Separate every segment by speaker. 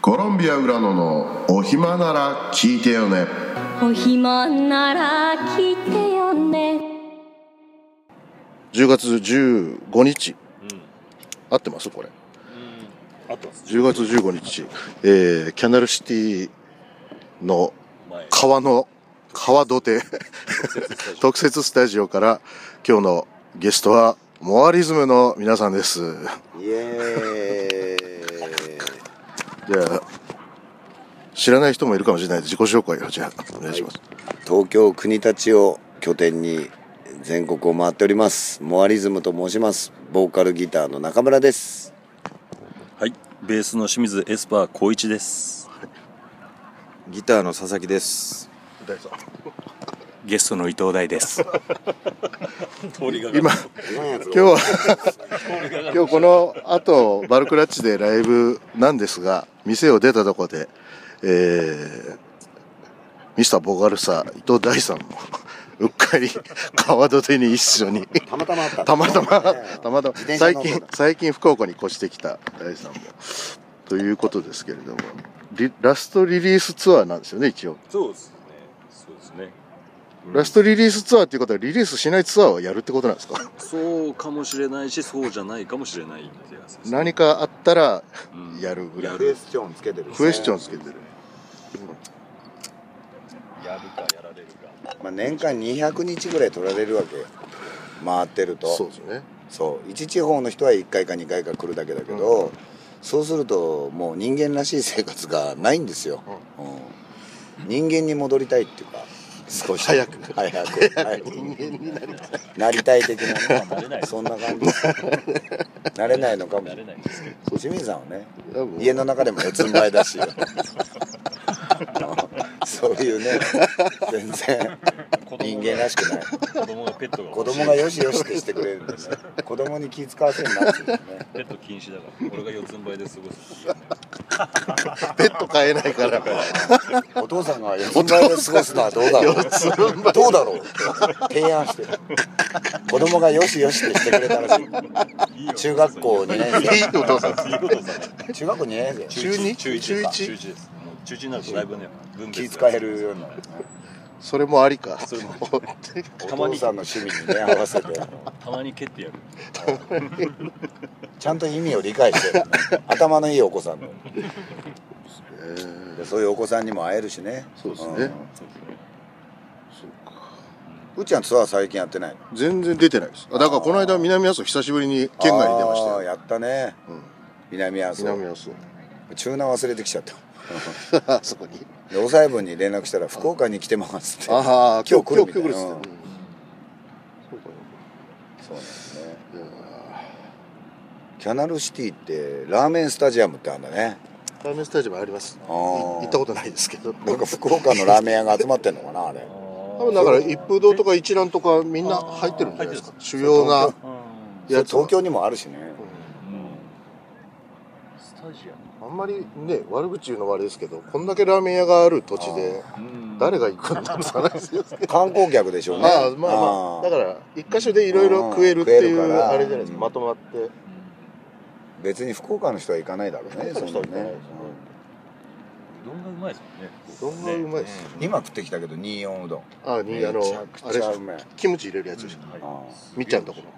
Speaker 1: コロンビア裏野のお暇なら聞いてよね
Speaker 2: お暇なら来てよね
Speaker 1: 10月15日合ってますこれ
Speaker 3: あとます
Speaker 1: 10月15日、えー、キャナルシティの
Speaker 3: 前
Speaker 1: 川の川土手 特設スタジオから今日のゲストはモアリズムの皆さんです
Speaker 4: イエーイ
Speaker 1: じゃあ知らない人もいるかもしれないんで自己紹介をじゃあお願いします、
Speaker 4: 東京国立を拠点に全国を回っておりますモアリズムと申しますボーカルギターの中村です
Speaker 3: はいベースの清水エスパー光一です
Speaker 5: ギターの佐々木です
Speaker 1: 大さん
Speaker 5: ゲストの伊藤大です
Speaker 3: 通りが
Speaker 1: 今今日は今日この後バルクラッチでライブなんですが店を出たとこで、えー、ミスターボーガルサー伊藤大さんもうっかり川戸手に一緒に
Speaker 4: たまたまあった
Speaker 1: たまたまたまたま
Speaker 4: 自転車
Speaker 1: 最
Speaker 4: の音だ
Speaker 1: 近最近福岡に越してきた大さんもということですけれどもリラストリリースツアーなんですよね一応
Speaker 3: そうですねそうですね
Speaker 1: ラストリリースツアーっていうことはリリースしないツアーをやるってことなんですか
Speaker 3: そうかもしれないしそうじゃないかもしれないってやつですね
Speaker 1: 何かあったら
Speaker 3: うん
Speaker 1: やるぐらい
Speaker 3: や
Speaker 1: の
Speaker 3: る
Speaker 4: エスチョンつけてる
Speaker 1: クエスチョンつけてる。
Speaker 3: やるかやられるか
Speaker 4: まあ、年間200日ぐらい取られるわけよ回ってると
Speaker 1: そうですね。
Speaker 4: そう一地方の人は1回か2回か来るだけだけど、そうするともう人間らしい生活がないんですよ、うん人間に戻りたいっていうか少し
Speaker 1: 早く
Speaker 4: 早く 早く人間になりたいなりたい的な
Speaker 3: なれない
Speaker 4: そんな 感じなれないのかも
Speaker 3: やれないんですけど
Speaker 4: 清水さんはね
Speaker 1: 多分
Speaker 4: 家の中でも四つん這い だしうんそういうね全然人間らしくない
Speaker 3: 子供がペットが
Speaker 4: 子供がよしよしってしてくれるんですね 子供に気遣わせるようになっちゃうよね
Speaker 3: ペット禁止だから俺が四つん這いで過ごすっていうね
Speaker 1: ペット飼え ないから。
Speaker 4: お父さんが四つん這いで過ごすのはどうだろうどうだろうって提案して子供がよしよしってしてくれたらしい中学校2
Speaker 1: い
Speaker 4: 年
Speaker 1: いお父さん。
Speaker 3: いいことさね
Speaker 4: 生中学校2年生
Speaker 1: 中二
Speaker 3: 中一
Speaker 1: 中一
Speaker 3: 中一中一ですもう中一になるとだいぶね分
Speaker 4: 気
Speaker 3: 別が
Speaker 4: 遣えるようになるね
Speaker 1: それもありか。
Speaker 3: それも
Speaker 4: お
Speaker 3: たまに
Speaker 4: 父さんの趣味にね合わせて
Speaker 3: たまに蹴ってやる
Speaker 4: ちゃんと意味を理解してるね頭のいいお子さんの
Speaker 1: えー
Speaker 4: でそういうお子さんにも会えるしね
Speaker 1: そうですね
Speaker 3: そうですね
Speaker 4: うんうっちゃんツアー最近やってない
Speaker 1: 全然出てないです。あだからこの間南阿蘇久しぶりに県外に出ました
Speaker 4: あ
Speaker 1: よ。
Speaker 4: ーやったね
Speaker 1: うん
Speaker 4: 南阿蘇
Speaker 1: 南阿蘇。
Speaker 4: 中南忘れてきちゃった
Speaker 1: あそこに。
Speaker 4: でお裁縫に連絡したら福岡に来てますって
Speaker 1: ああ
Speaker 4: 今日来る
Speaker 1: 今
Speaker 4: み
Speaker 1: 日
Speaker 4: た
Speaker 1: 来
Speaker 4: い
Speaker 1: るっつって。う
Speaker 4: なうん
Speaker 1: んそうか
Speaker 4: そうなんですね
Speaker 1: いや
Speaker 4: キャナルシティってラーメンスタジアムってあるんだね
Speaker 1: ーラーメンスタジアムあります。い
Speaker 4: あー
Speaker 1: 行ったことないですけど。
Speaker 4: なんか福岡のラーメン屋が集まってんのかなあれ
Speaker 1: 多分だから一風堂とか一蘭とかみんな入ってるんじゃないですか。主要な
Speaker 4: それ
Speaker 1: やつは
Speaker 4: 東。京にもあるしね
Speaker 3: スタジ
Speaker 1: あんまりね悪口言うのもあれですけど、こんだけラーメン屋がある土地で
Speaker 3: アム
Speaker 1: 誰が行くんだろうって話ですよね。
Speaker 4: 観光客でしょうね
Speaker 1: まあまあまあだから一箇所でいろいろ食えるってい
Speaker 4: うん食え
Speaker 1: う
Speaker 4: るから
Speaker 1: あれじゃないですかまとまって
Speaker 4: 別に福岡の人は行かないだろう ね
Speaker 1: 福岡の人は行か
Speaker 4: そんなね
Speaker 1: ない
Speaker 3: うどんがうまいですもん
Speaker 1: う
Speaker 3: ね
Speaker 1: どんがうまいです
Speaker 4: うん今食ってきたけど24うどん
Speaker 1: あにあの
Speaker 4: めちゃく
Speaker 1: あ
Speaker 4: ち
Speaker 1: れ
Speaker 4: ゃうめえ
Speaker 1: キムチ入れるやつでしょ
Speaker 4: ああ
Speaker 1: みっちゃんのところ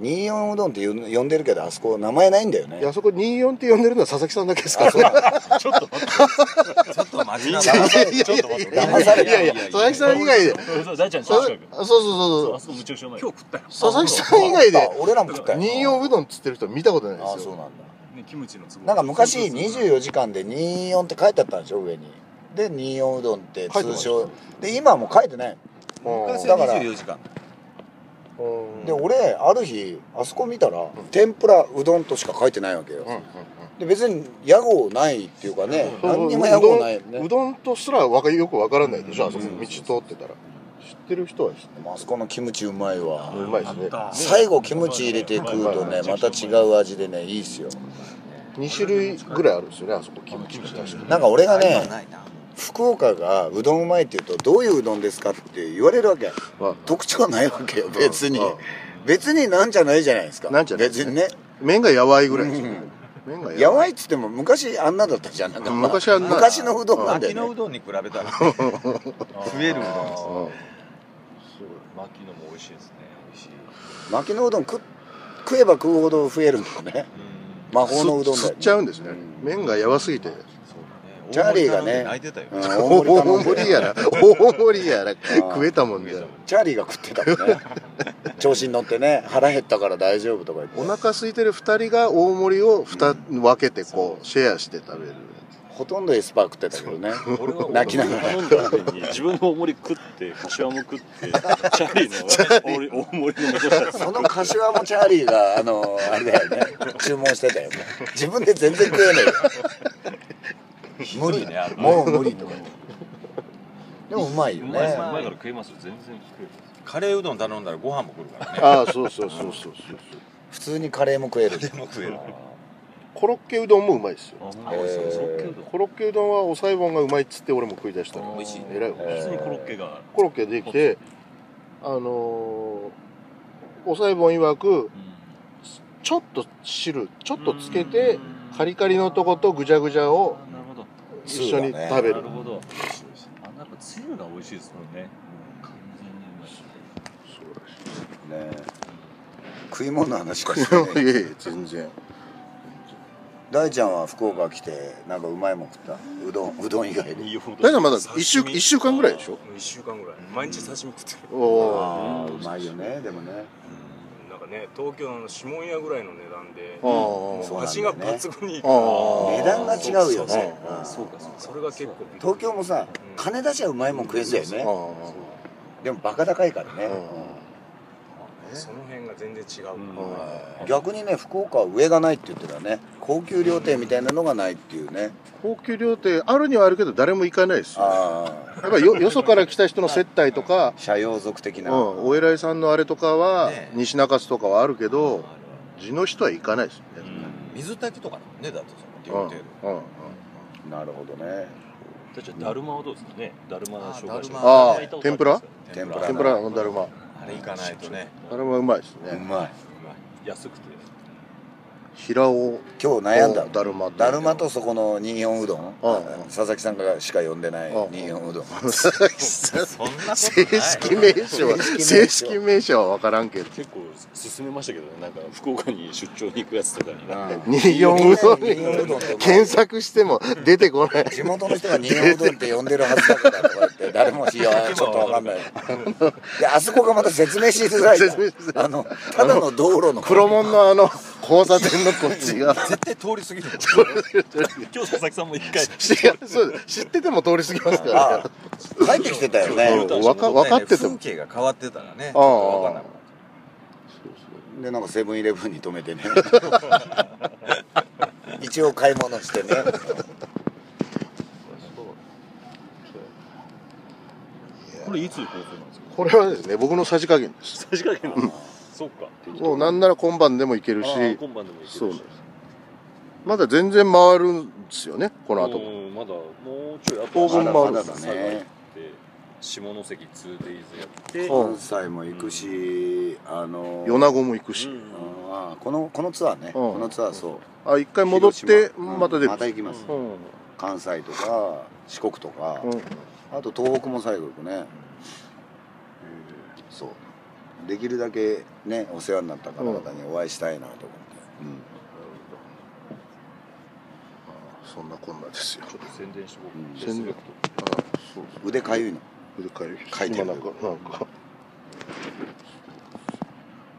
Speaker 4: 24うどんって呼ん呼んでるけどあそこ名前ないんだよね
Speaker 1: いやそこ24って呼んでるのは佐々木さんだけですから
Speaker 4: そうだ
Speaker 5: ちょっとマジな
Speaker 3: ちょっと待って
Speaker 4: 騙され
Speaker 1: いやいや佐々木さん以外で
Speaker 3: そうそう大ちゃん
Speaker 1: さ
Speaker 3: 近
Speaker 1: そう
Speaker 3: く
Speaker 1: そうそう
Speaker 3: あそこむちゃくちゃうまい今日食ったよ
Speaker 1: そう佐々木さん以外
Speaker 4: あ
Speaker 1: で
Speaker 4: 俺らも食ったよ
Speaker 1: 24うどんっつってる人見たことない
Speaker 4: ああ
Speaker 1: です
Speaker 4: そう
Speaker 1: よ
Speaker 4: なんだ
Speaker 3: ねキムチの壺
Speaker 4: なんか昔24時間で24って書いてあったんでしょ上にで24うどんって
Speaker 1: 書いてま
Speaker 4: 通
Speaker 1: した
Speaker 4: 称で今はもう書いてない
Speaker 1: うん
Speaker 4: だから
Speaker 5: 24時間
Speaker 1: うん
Speaker 4: で俺ある日あそこ見たら、天ぷらうどんとしか書いてないわけよ、
Speaker 1: うんうん
Speaker 4: で別に屋号ないっていうかね、
Speaker 1: うん
Speaker 4: 何にも屋号ないよ
Speaker 1: うどんう
Speaker 4: ね
Speaker 1: どんとすらわかよくわからないでしょあそこ道通ってたら知ってる人は知って
Speaker 4: でもあそこのキムチうまいわ、
Speaker 1: るうまいですね
Speaker 4: 最後キムチ入れて食うとねまた違う味でねいいっすよ
Speaker 1: 2種類ぐらいあるんですよねあそこキムチ確か
Speaker 4: なんか俺がね
Speaker 5: ないな
Speaker 4: 福岡がうどんうまいって言うとどういううどんですかって言われるわけ特徴ないわけよ別に
Speaker 1: うん
Speaker 4: 別になんじゃないじゃないですか
Speaker 1: なんじゃない
Speaker 4: 別にね
Speaker 1: 麺がやばいぐらいですよね、麺が
Speaker 4: やば
Speaker 1: い
Speaker 4: いっつっても昔あんなだったじゃんなんか、
Speaker 1: うん昔あんな
Speaker 4: 昔のうどんなんだ
Speaker 6: 秋
Speaker 4: よ、
Speaker 6: の
Speaker 4: ね
Speaker 6: う、どんに比べたら、ね、増えるうどんです
Speaker 1: う
Speaker 6: ね
Speaker 1: ん
Speaker 6: 牧野も美味しいですね美味しい
Speaker 4: 巻きのうどん食食えば食うほど増えるんだよね
Speaker 6: うん
Speaker 4: 魔法のうどんだ
Speaker 1: 吸
Speaker 4: よ、ね、
Speaker 1: っちゃうんですね
Speaker 4: うん
Speaker 1: 麺がやばすぎて
Speaker 6: そうだね
Speaker 4: チャーリーがね
Speaker 6: 大盛り頼んで泣いてたよ、
Speaker 4: うん
Speaker 6: チ
Speaker 1: 大
Speaker 4: 大盛り頼んで
Speaker 1: 盛りやら大盛りやら食えたもんじゃ
Speaker 4: チャーリーが食ってたもんね調子に乗ってね腹減ったから大丈夫とか言って
Speaker 1: お腹空いてる2人が大盛りを2分けてこうシェアして食べる
Speaker 4: ほとんどエスパー食ってたけどね
Speaker 3: 俺は
Speaker 4: 泣きながら
Speaker 3: 頼んだ後に自分の大盛り食って柏も食ってチャーリーの大盛り大盛りの残した
Speaker 4: その柏もチャーリーがあのあれだよね注文してたよね自分で全然食えないよ無理
Speaker 6: ねあれ
Speaker 4: もう無理とか言ってでもうまいよ
Speaker 3: うまい
Speaker 4: ね
Speaker 3: うまいから食えますよ全然食える
Speaker 6: カレーうどん頼んだらご飯も来る からね
Speaker 1: ああそうそうそうそうそう
Speaker 4: 普通にカレーも食える
Speaker 6: でも食える
Speaker 1: コロッケうどんもうまいですよ
Speaker 3: あ、
Speaker 4: 当ですかそうけ
Speaker 1: コロッケうどんはお裁判がうまいっつって俺も食い出したの
Speaker 3: 美味しいね
Speaker 1: えらい
Speaker 3: 普通にコロッケが
Speaker 1: コロッケできてあのー、お裁判曰くちょっと汁ちょっとつけてカリカリのとことぐじゃぐじゃを
Speaker 3: なるほど
Speaker 1: 一緒に食べ
Speaker 3: な
Speaker 1: る、
Speaker 3: るほどあなんかつゆが美味しいですもんね完全にうまい
Speaker 4: ね食い物の話しかし
Speaker 1: い
Speaker 4: ない
Speaker 1: やいや全然
Speaker 4: 大ちゃんは福岡来てなんかうまいもん食ったうどんうどん以外に
Speaker 1: 大体まだ1週一週間ぐらいでしょ
Speaker 7: 1週間ぐらい毎日刺身食ってる、
Speaker 1: お
Speaker 4: ああうまいよねでもね
Speaker 7: なんかね東京の指紋屋ぐらいの値段で
Speaker 1: お
Speaker 4: そうなんだ
Speaker 7: 味
Speaker 4: よ
Speaker 7: が
Speaker 4: ね
Speaker 7: 抜群にいい
Speaker 1: あー
Speaker 4: 値段が違うよ
Speaker 7: そ
Speaker 4: ねうん
Speaker 3: そうかそうか
Speaker 7: それが結構びっくり
Speaker 4: 東京もさ金出しゃうまいもん食えずだよね
Speaker 1: ああ
Speaker 4: でもバカ高いからね
Speaker 7: その辺が全然違う、
Speaker 4: 逆にね福岡は上がないって言ってたね高級料亭みたいなのがないっていうね
Speaker 1: 高級料亭あるにはあるけど誰も行かないですよ
Speaker 4: ああ
Speaker 1: やっぱりよ よそから来た人の接待とか、
Speaker 4: 社用族的
Speaker 1: う、
Speaker 4: なん
Speaker 1: お偉いさんのあれとかは、西中津とかはあるけど地の人は行かないですよね、
Speaker 6: 水炊きとかだもんねだってそ
Speaker 1: うんうん
Speaker 6: の料亭の
Speaker 1: うん
Speaker 4: なるほどね
Speaker 3: だってだるまはどうですかねだるまの紹介して
Speaker 6: あ
Speaker 1: ああ天ぷら
Speaker 4: 天ぷら
Speaker 1: 天ぷらのだるま
Speaker 6: あれ行かないとね
Speaker 1: だるまうまいです
Speaker 4: う
Speaker 1: ね
Speaker 4: まい
Speaker 3: 安くて
Speaker 1: 平尾
Speaker 4: 今日悩んだの
Speaker 1: だるま
Speaker 4: だるまとそこの日本うどん
Speaker 1: うん
Speaker 4: 佐々木さんがしか呼んでない
Speaker 1: うん
Speaker 4: 日本うどん
Speaker 6: そんなことない
Speaker 1: 正式名称は正式名称は分からんけど
Speaker 3: 結構勧めましたけどねなんか福岡に出張に行くやつとかにね
Speaker 1: 日本うどん
Speaker 4: 日本うどんって
Speaker 1: に検索しても出てこない
Speaker 4: 地元の人が日本うどんって呼んでるはずだからとか言って誰もしよ うちょっとわかんないであそこがまた説明しづらいじゃん
Speaker 1: 説明しづらい
Speaker 4: あのただの道路の
Speaker 1: 黒門のあの交差点のこっちが
Speaker 6: 絶対通り過ぎる
Speaker 3: 今日佐々木さんも一回
Speaker 1: 違うそうです知ってても通り過ぎますから
Speaker 4: あ帰ってきてたよ
Speaker 1: うん
Speaker 4: ね
Speaker 1: わか分かってて
Speaker 6: 風
Speaker 1: も
Speaker 6: 景が変わってたらね
Speaker 1: ああ
Speaker 6: わかんなくなる
Speaker 4: でなんかセブンイレブンに止めてね 一応買い物してね
Speaker 3: これいつ放送なんですか
Speaker 1: これはですね僕のさじ加減です
Speaker 3: 確かにそっか
Speaker 1: もうなんなら今晩でもいける
Speaker 3: あ
Speaker 1: し
Speaker 3: ー今晩でもいけるし
Speaker 1: そうなんですまだ全然回るんですよねこの後も
Speaker 3: うんまだもうちょいあ
Speaker 1: 当分もある
Speaker 4: まだまだだね
Speaker 3: 行って下関 2days やっ
Speaker 1: う
Speaker 3: て
Speaker 1: ん
Speaker 4: 関西も行くしあの
Speaker 1: 米子も行くし、
Speaker 4: うんあこのこのツアーねこのツアーそう
Speaker 1: あ一回戻って
Speaker 4: 広島うん
Speaker 1: また出る、
Speaker 4: また行きます
Speaker 1: うん
Speaker 4: 関西とか四国とか
Speaker 1: うん
Speaker 4: あと東北も最後行くね、そうできるだけねお世話になった方々にお会いしたいなと思
Speaker 1: そんなこんなですよ
Speaker 3: ちょっと宣伝しよう
Speaker 4: うん
Speaker 3: フェイスブックと
Speaker 1: あそう
Speaker 4: って、腕かゆいの
Speaker 1: それから
Speaker 4: 書いてる
Speaker 1: 今なんかなんか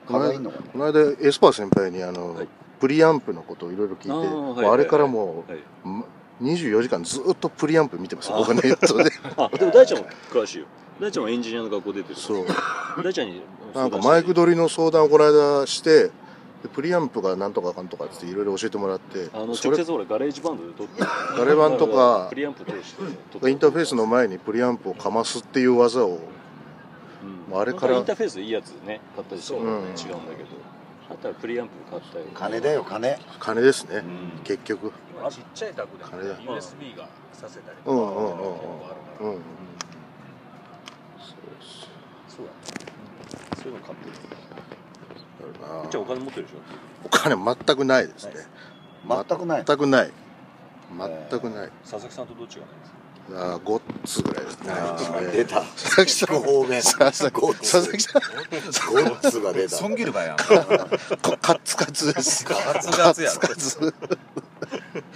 Speaker 4: 可愛いのかね
Speaker 1: この間エスパー先輩にあの、
Speaker 3: はい
Speaker 1: プリアンプのことをいろいろ聞いて
Speaker 3: あ
Speaker 1: あ,、
Speaker 3: ーはいはい
Speaker 1: れからも、
Speaker 3: はいう
Speaker 1: ま24時間ずっとプリアンプ見てますよ僕は ネットで
Speaker 3: あでも大ちゃんも詳しいよ大ちゃんはエンジニアの学校出てる
Speaker 1: そう
Speaker 3: 大ちゃんに
Speaker 1: なんかマイク取りの相談をこの間してでプリアンプがなんとかかんとかっていろいろ教えてもらって
Speaker 3: あの直
Speaker 1: それ
Speaker 3: 接ほらガレージバンドで撮ってガ
Speaker 1: レバンとか
Speaker 3: プリアンプ通して撮って
Speaker 1: インターフェースの前にプリアンプをかますっていう技を
Speaker 3: うん
Speaker 1: まああれから
Speaker 3: 本当はインターフェースいいやつね買ったりしてもね
Speaker 1: うん
Speaker 3: 違うんだけどあったらプリアンプ買ったり
Speaker 4: 金だよ金
Speaker 1: 金ですね、
Speaker 3: うん
Speaker 1: 結局
Speaker 7: 今ちっちゃいタグでも
Speaker 1: あれだ
Speaker 7: USB がさせたりとか
Speaker 1: うんうんうんうん
Speaker 7: 結構あるから
Speaker 1: うん
Speaker 3: そうだねそういうの買ってる
Speaker 1: だよな
Speaker 3: じゃあお金持ってるでしょ
Speaker 1: お金全くないですね
Speaker 4: 全くない
Speaker 1: 全くない全くない
Speaker 3: 佐々木さんとどっちがないですか
Speaker 1: あー5つぐらいですね
Speaker 4: 出た
Speaker 1: 佐々木さん
Speaker 4: 方面
Speaker 1: 佐々木
Speaker 4: ゴッ
Speaker 1: 佐
Speaker 4: ツ
Speaker 1: 々木さん
Speaker 4: ゴッツが出た
Speaker 5: 損切るかやん。
Speaker 1: こカッツカツ です
Speaker 5: カツカツやろ
Speaker 1: カツカツ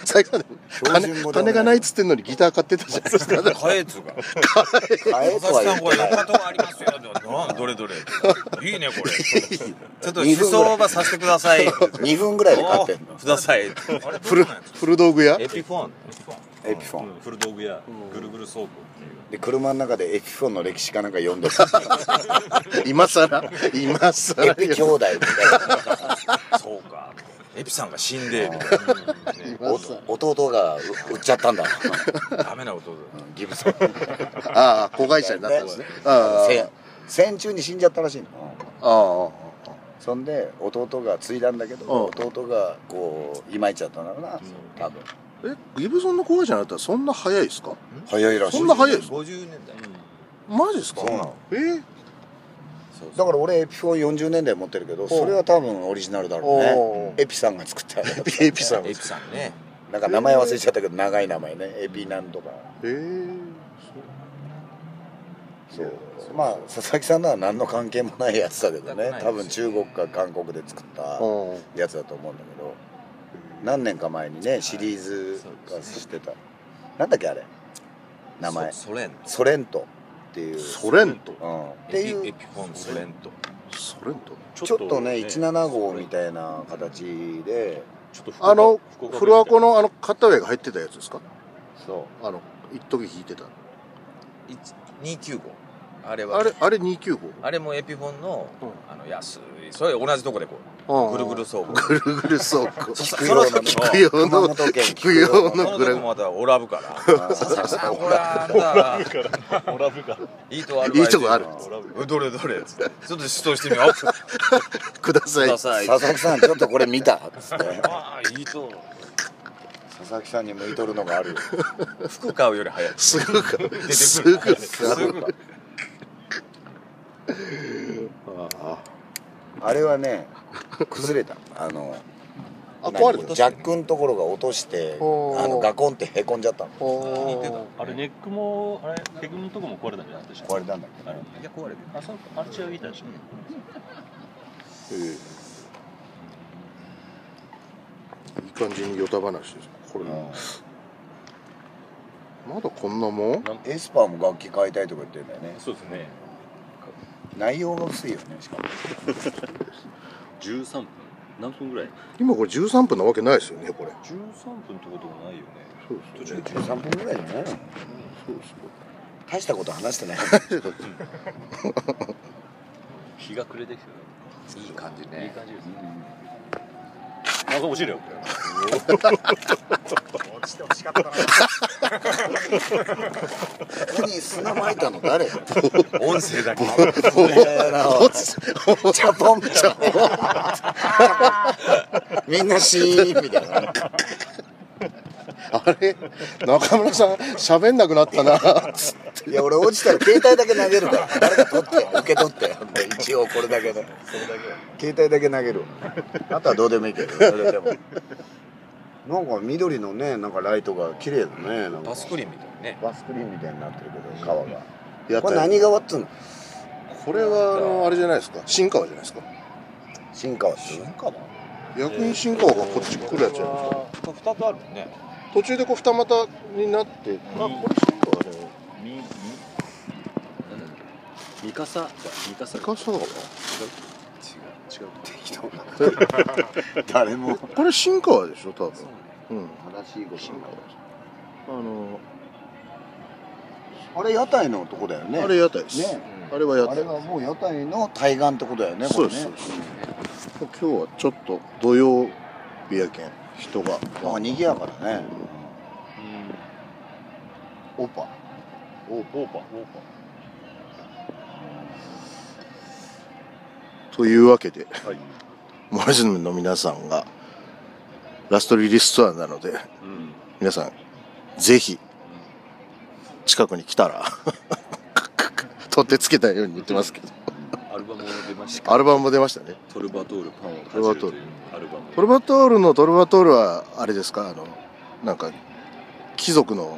Speaker 1: 最後まで
Speaker 4: 標準
Speaker 1: 金
Speaker 4: 語でお願
Speaker 1: 金
Speaker 4: い
Speaker 1: がないっつってんのにギター買ってたじゃない ですか
Speaker 5: カエツが。
Speaker 4: 買えと
Speaker 5: 佐々
Speaker 4: は
Speaker 5: 木さん、
Speaker 4: 言っ
Speaker 5: これ、
Speaker 4: て
Speaker 5: やっ
Speaker 4: ない
Speaker 5: たとこありますよ。なんどれどれ。いいね、これ。ちょっと
Speaker 4: 二
Speaker 5: 思
Speaker 4: 分ぐらい
Speaker 5: 想はさせてください。
Speaker 4: 2分ぐらいで買ってんの
Speaker 5: ください。
Speaker 1: 古古道具屋
Speaker 3: エピフォン
Speaker 4: エピフォン
Speaker 3: うんフル道具やぐるぐる倉庫っていう
Speaker 4: で車の中でエピフォンの歴史かなんか読んでる
Speaker 1: 今さら今さら
Speaker 4: エピ兄弟みたいな
Speaker 5: そうか。エピさんが死んで、
Speaker 4: お弟が売っちゃったんだ
Speaker 5: ダメな弟だ。
Speaker 4: うんギブソン
Speaker 1: ああ子会社になったんですねあ
Speaker 4: 戦戦中に死んじゃったらしいの、
Speaker 1: あああ
Speaker 4: そんで弟が継いだんだけど、
Speaker 1: うん
Speaker 4: 弟がこういまいちゃったんだろうな、多分
Speaker 1: えギブソンの子会社になったらそんな早いですか
Speaker 4: 早いらしい
Speaker 1: そんな早いですか
Speaker 5: 50年代。
Speaker 1: マジですか
Speaker 4: そうなの
Speaker 1: えー
Speaker 4: だから俺エピフォン40年代持ってるけどそれは多分オリジナルだろうね
Speaker 1: おー
Speaker 4: エピさんが作ったやつ
Speaker 1: エピさん
Speaker 5: エピさんね。
Speaker 4: なんか名前忘れちゃったけど長い名前ねエピなんとか
Speaker 1: えー
Speaker 4: そうまあ佐々木さんのは何の関係もないやつだけどね多分中国か韓国で作った
Speaker 1: うん
Speaker 4: やつだと思うんだけど何年か前にねシリーズ化してた、なんだっけあれ名前
Speaker 5: ソソ連の。
Speaker 4: ソレントっていう、
Speaker 1: ソレント
Speaker 4: うん、って
Speaker 5: エピ
Speaker 4: いう
Speaker 5: エピフォン、ソ連と。
Speaker 1: ソレント
Speaker 4: ちょっとね175みたいな形で
Speaker 3: ちょっと福岡
Speaker 1: あの
Speaker 3: 福岡
Speaker 1: フロアコのあのカッターウェイが入ってたやつですか
Speaker 4: そ
Speaker 1: あの一時弾いてた
Speaker 5: 一295。あれは。
Speaker 1: あれあれ295
Speaker 5: あれもエピフォンの
Speaker 1: うん
Speaker 5: あの安いそれ同じとこでこうぐるぐる倉庫
Speaker 1: ぐるぐる倉庫
Speaker 5: そ
Speaker 4: 聞
Speaker 5: そ
Speaker 4: く
Speaker 5: そ
Speaker 4: よ
Speaker 5: の
Speaker 4: うな
Speaker 5: 時の
Speaker 1: 聞くような
Speaker 4: 熊
Speaker 1: 聞くよ
Speaker 4: 本県
Speaker 5: そ
Speaker 1: うな
Speaker 5: の
Speaker 1: ぐら
Speaker 5: 時
Speaker 1: い
Speaker 5: もまたオラブから
Speaker 4: うあー佐々木さん
Speaker 5: ほらあんた
Speaker 3: オラブか
Speaker 5: いいとこある
Speaker 1: いいとこある
Speaker 3: オラブ
Speaker 5: どれどれちょっと主張してみようく
Speaker 1: ください
Speaker 5: ださい
Speaker 4: 佐々木さんちょっとこれ見たっつって
Speaker 3: ああいいと
Speaker 4: 佐々木さんに向いとるのがあるよ
Speaker 5: 服買うより早い
Speaker 1: すぐかす
Speaker 5: 出
Speaker 1: ぐ
Speaker 5: てくる
Speaker 1: か
Speaker 5: すぐ
Speaker 4: あれはね崩れたあの
Speaker 1: あ壊れ
Speaker 4: 何
Speaker 1: た
Speaker 4: ジャックのところが落としてあ
Speaker 1: おー
Speaker 4: のガコンってへこんじゃったの
Speaker 1: お
Speaker 3: あれネックもあれペグのとこも壊れたんじゃなかったでした
Speaker 4: 壊れたんだ
Speaker 3: あれ
Speaker 5: いや壊れて
Speaker 3: あそうかあれ違うギターでしょ
Speaker 4: けど、
Speaker 1: ーいい感じにヨタ話ですこれ
Speaker 4: うん
Speaker 1: まだこんなもん
Speaker 4: エスパーも楽器買いたいとか言ってんだよね
Speaker 3: そうですね
Speaker 4: 内容が薄いよねしかも
Speaker 3: 13分何分ぐらい
Speaker 1: 今これ13分なわけないですよねこれ
Speaker 3: 13分ってこともないよね
Speaker 1: そう
Speaker 3: 途中で
Speaker 4: 13分ぐらいだね
Speaker 1: そう
Speaker 4: 大したこと話してない
Speaker 3: 日が暮れてきて
Speaker 5: いい感じ
Speaker 3: るいい
Speaker 5: ね
Speaker 3: 感じですねなんか落ちるよ
Speaker 4: 落ちてほしかったなここに砂撒いたの誰だよ
Speaker 5: 音声だけ
Speaker 4: チャポンみたいなみんなシーンみたいな
Speaker 1: あれ中村さん喋んなくなったな
Speaker 4: いや俺落ちたら携帯だけ投げるから誰か取って受け取って一応これだけで携帯だけ投げるあとはどうでもいいけどそれでもなんか緑のねなんかライトが綺麗だねなんか
Speaker 5: バスクリーンみたいなね
Speaker 4: バスクリーンみたいになってるけど川が
Speaker 1: やっ
Speaker 4: これ
Speaker 1: た
Speaker 4: 何川っつうの
Speaker 1: これはあのあれじゃないですか新川じゃないですか
Speaker 4: 新川っつうの
Speaker 1: 役員新川がこっち来るやつじゃないですか
Speaker 5: これ2つあるもんね
Speaker 1: 途中でこう二股になって
Speaker 3: あこれ進歩あれみみなんだっけミカサミカサ
Speaker 1: イカサだか
Speaker 3: 違う違う
Speaker 4: 適当な誰も
Speaker 1: なこれ新川でしょ多分うん
Speaker 4: 正しいこと
Speaker 1: あの
Speaker 4: あれ屋台のとこだよね
Speaker 1: あれ屋台です、
Speaker 4: ね
Speaker 1: あれは屋
Speaker 4: あ
Speaker 1: 台
Speaker 4: れがもう屋台の対岸ってことだよね
Speaker 1: そうです
Speaker 4: これね
Speaker 1: 今日はちょっと土曜日やけん人が
Speaker 4: なんか賑やかだね
Speaker 1: オーパ
Speaker 3: オーパオーパオー
Speaker 1: というわけで
Speaker 3: パはい
Speaker 1: マジの皆さんがラストリリースツアーなので
Speaker 3: うん
Speaker 1: 皆さんぜひ 近くに来たら取ってつけたように言ってますけど
Speaker 6: アルバムも出ました
Speaker 1: アルバムも出ましたね
Speaker 6: トルバトールパンを
Speaker 1: トルバ
Speaker 6: かじ
Speaker 1: トール
Speaker 6: るというアルバム
Speaker 1: トルバトールのトルバトールはあれですかあのなんか貴族の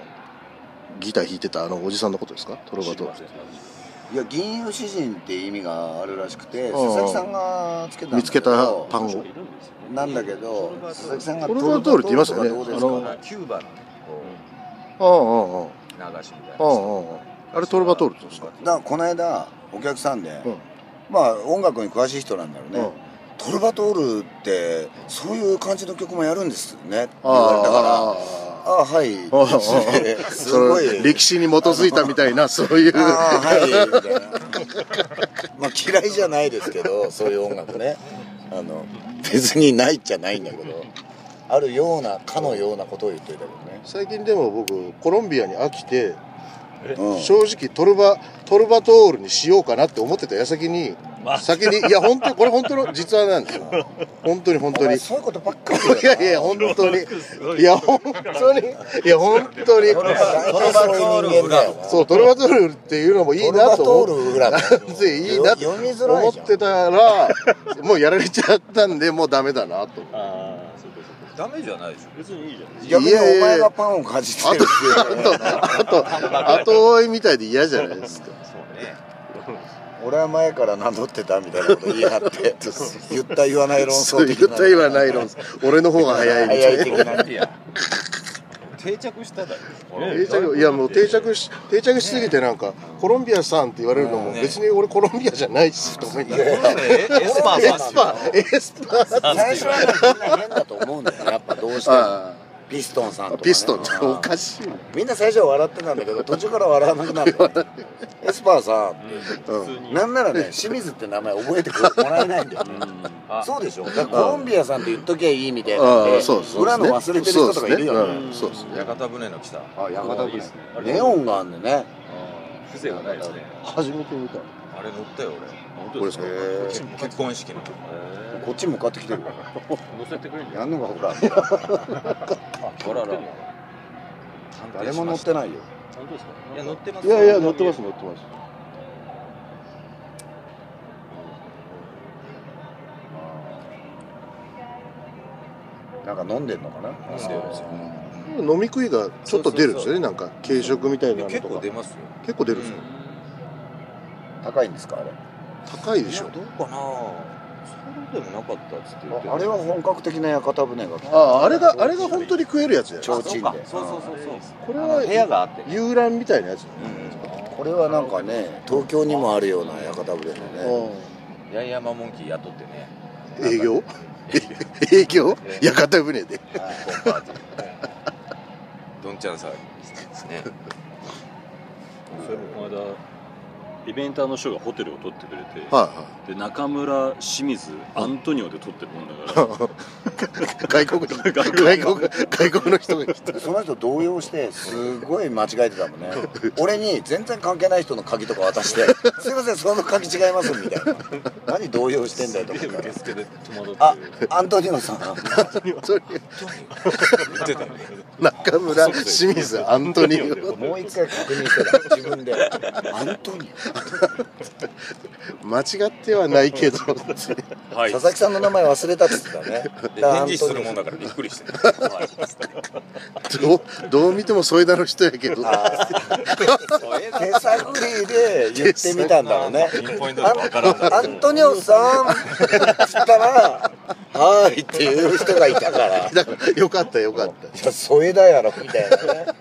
Speaker 1: ギター弾いてたあのおじさんのことですかトルバトール
Speaker 4: いや銀融詩人って意味があるらしくて
Speaker 1: ん
Speaker 4: 佐々木さんがつけたんだ
Speaker 1: 見つけたパンを
Speaker 4: なんだけど佐々木さんが
Speaker 1: トルバトールって言いましたよね
Speaker 4: トルバトールとかどうですか
Speaker 6: キューバの
Speaker 1: あ
Speaker 6: 流しみたい
Speaker 1: あああああああああれトルバトールって言うんですか
Speaker 4: だからこの間お客さんで、
Speaker 1: うん
Speaker 4: まあ音楽に詳しい人なんだろうね、
Speaker 1: うん
Speaker 4: トルバトールってそういう感じの曲もやるんですねって言われたから
Speaker 1: ああ
Speaker 4: ああはい
Speaker 1: ああ
Speaker 4: す
Speaker 1: そ
Speaker 4: ご
Speaker 1: の
Speaker 4: い
Speaker 1: 歴史に基づいたみたいなそう いう
Speaker 4: ああはいみたいなまあ嫌いじゃないですけどそういう音楽ねあの別にないっちゃないんだけどあるようなかのようなことを言っていたけど
Speaker 1: 最近でも僕コロンビアに飽きて、
Speaker 4: ね、
Speaker 1: 正直トルバトルバトールにしようかなって思ってた矢先に先にいや本当これ本当の実話なんですよ本当に本当
Speaker 4: お
Speaker 1: に
Speaker 4: 前
Speaker 1: い
Speaker 4: そういうことばっかり
Speaker 1: やいや本当にいや本当にいや本当に
Speaker 4: トルバトール人間だよ
Speaker 1: そうトルバトールっていうのもいいなと
Speaker 4: トルバトー
Speaker 1: 思
Speaker 4: ル裏だ
Speaker 1: っていいなと
Speaker 4: 読みづら
Speaker 1: 思
Speaker 4: いじゃ
Speaker 1: っ
Speaker 4: ん
Speaker 1: てたらもうやられちゃったんでもうダメだなと
Speaker 3: ああそうかそうか
Speaker 5: ダメじゃないでしょ
Speaker 3: 別にいいじゃない
Speaker 4: 逆
Speaker 1: い
Speaker 4: に
Speaker 1: やいやい
Speaker 4: お
Speaker 1: や
Speaker 4: 前がパンをかじってるっていうね
Speaker 1: あ と後追いみたいで嫌じゃないですか
Speaker 4: 俺は前から名乗ってたみたいなこと言い張って言った言わない論
Speaker 1: そう
Speaker 4: 争
Speaker 1: 言っ
Speaker 4: 的な
Speaker 1: た今ナイロン俺の方が早いみたい
Speaker 4: 早い的な
Speaker 6: 定着しただろ
Speaker 1: 定着いやもう定着し定着しすぎてなんかコロンビアさんって言われるのも別に俺コロンビアじゃないしと思いなが ら
Speaker 5: えエスパ
Speaker 1: エ
Speaker 5: ーさ
Speaker 1: スパ ーエスパー
Speaker 4: 最初はみんな変だと思うんだよやっぱどうしても
Speaker 1: あ
Speaker 4: ピストンさんと
Speaker 1: あ
Speaker 4: か、ね、
Speaker 1: ピストンってお
Speaker 4: う
Speaker 1: かしいなん
Speaker 4: みんな最初は笑ってたんだけど途中から笑わなくなるよねエスパーさん、なんならね清水って名前覚えてもらえないんだよ、ねそうでしょだからコロンビアさんって言っときゃいいみたいなん
Speaker 1: あ
Speaker 4: で
Speaker 1: あそうそう
Speaker 4: 裏の忘れてる人とかいるよね
Speaker 1: ねうんそうですね
Speaker 5: 屋形船の来た
Speaker 4: あ屋形船
Speaker 6: いいっすね
Speaker 4: ネオンがあんでね
Speaker 6: 風情がないですね
Speaker 1: 初めて見た
Speaker 5: あれ乗ったよ
Speaker 1: これですか
Speaker 4: へえ
Speaker 5: 俺結婚式の
Speaker 4: こっち向かってきてるから
Speaker 6: 乗せてくれるんじゃ
Speaker 4: やんのかほら
Speaker 5: あらら
Speaker 4: 誰も乗ってないよ
Speaker 6: 本当ですか
Speaker 5: いや乗ってます
Speaker 1: いやいや乗ってます乗ってます
Speaker 4: なんか飲んでんのかな
Speaker 5: 飲んでるんですよ
Speaker 1: 飲み食いがちょっと出るんですよねなんか軽食みたい
Speaker 5: い
Speaker 1: な
Speaker 5: や
Speaker 1: のと
Speaker 5: 結構
Speaker 1: か
Speaker 5: 出ますよ
Speaker 1: 結構出るんですよ
Speaker 4: 高いんですかあれ
Speaker 1: 高いで
Speaker 5: い
Speaker 1: し
Speaker 5: や
Speaker 1: ょ
Speaker 5: どうかなそうでもなかったっつって言って
Speaker 4: ああれは本格的な屋形船が来
Speaker 1: あああれがあれが本当に食えるやつじゃない
Speaker 4: 提灯で
Speaker 5: そうそうそうそう
Speaker 1: これ
Speaker 5: あの部屋
Speaker 1: は
Speaker 5: があって
Speaker 1: 遊覧みたいなやつだ
Speaker 4: これはなんかね東京にもあるような屋形船だね
Speaker 1: よね
Speaker 5: ヤンヤマモンキー雇ってね
Speaker 1: 営業 営業屋形船で
Speaker 5: コンパーティーどんちゃん騒ぎしてですね
Speaker 3: それもこの間イベンターの人がホテルを取ってくれて、
Speaker 1: は
Speaker 3: で中村清水アントニオで取ってるもんだから、
Speaker 1: いはい外国人外国外国の人が来た
Speaker 4: その人動揺してすごい間違えてたもんね俺に全然関係ない人の鍵とか渡 して「すいませんその鍵違います」みたいな 何動揺してんだよと思って
Speaker 3: 受付で戸惑って
Speaker 4: あアントニオさん
Speaker 1: それ
Speaker 5: 言ってたよね
Speaker 1: 中村清水アントニオ
Speaker 4: もう一回確認してた自分で アントニオ
Speaker 1: 間違ってはないけど
Speaker 3: はい
Speaker 4: 佐々木さんの名前忘れたっつってたね
Speaker 5: で返事するもんだからびっくりしてはい
Speaker 1: どうどう見ても添田の人やけど
Speaker 4: 手探りで言ってみたんだろうね
Speaker 5: ピンポイントで分からん
Speaker 4: アントニオさんって言ったら「はーい」っていう人がいたから「い
Speaker 1: だからよかったよかっ
Speaker 4: や添えだやろ」みたいなね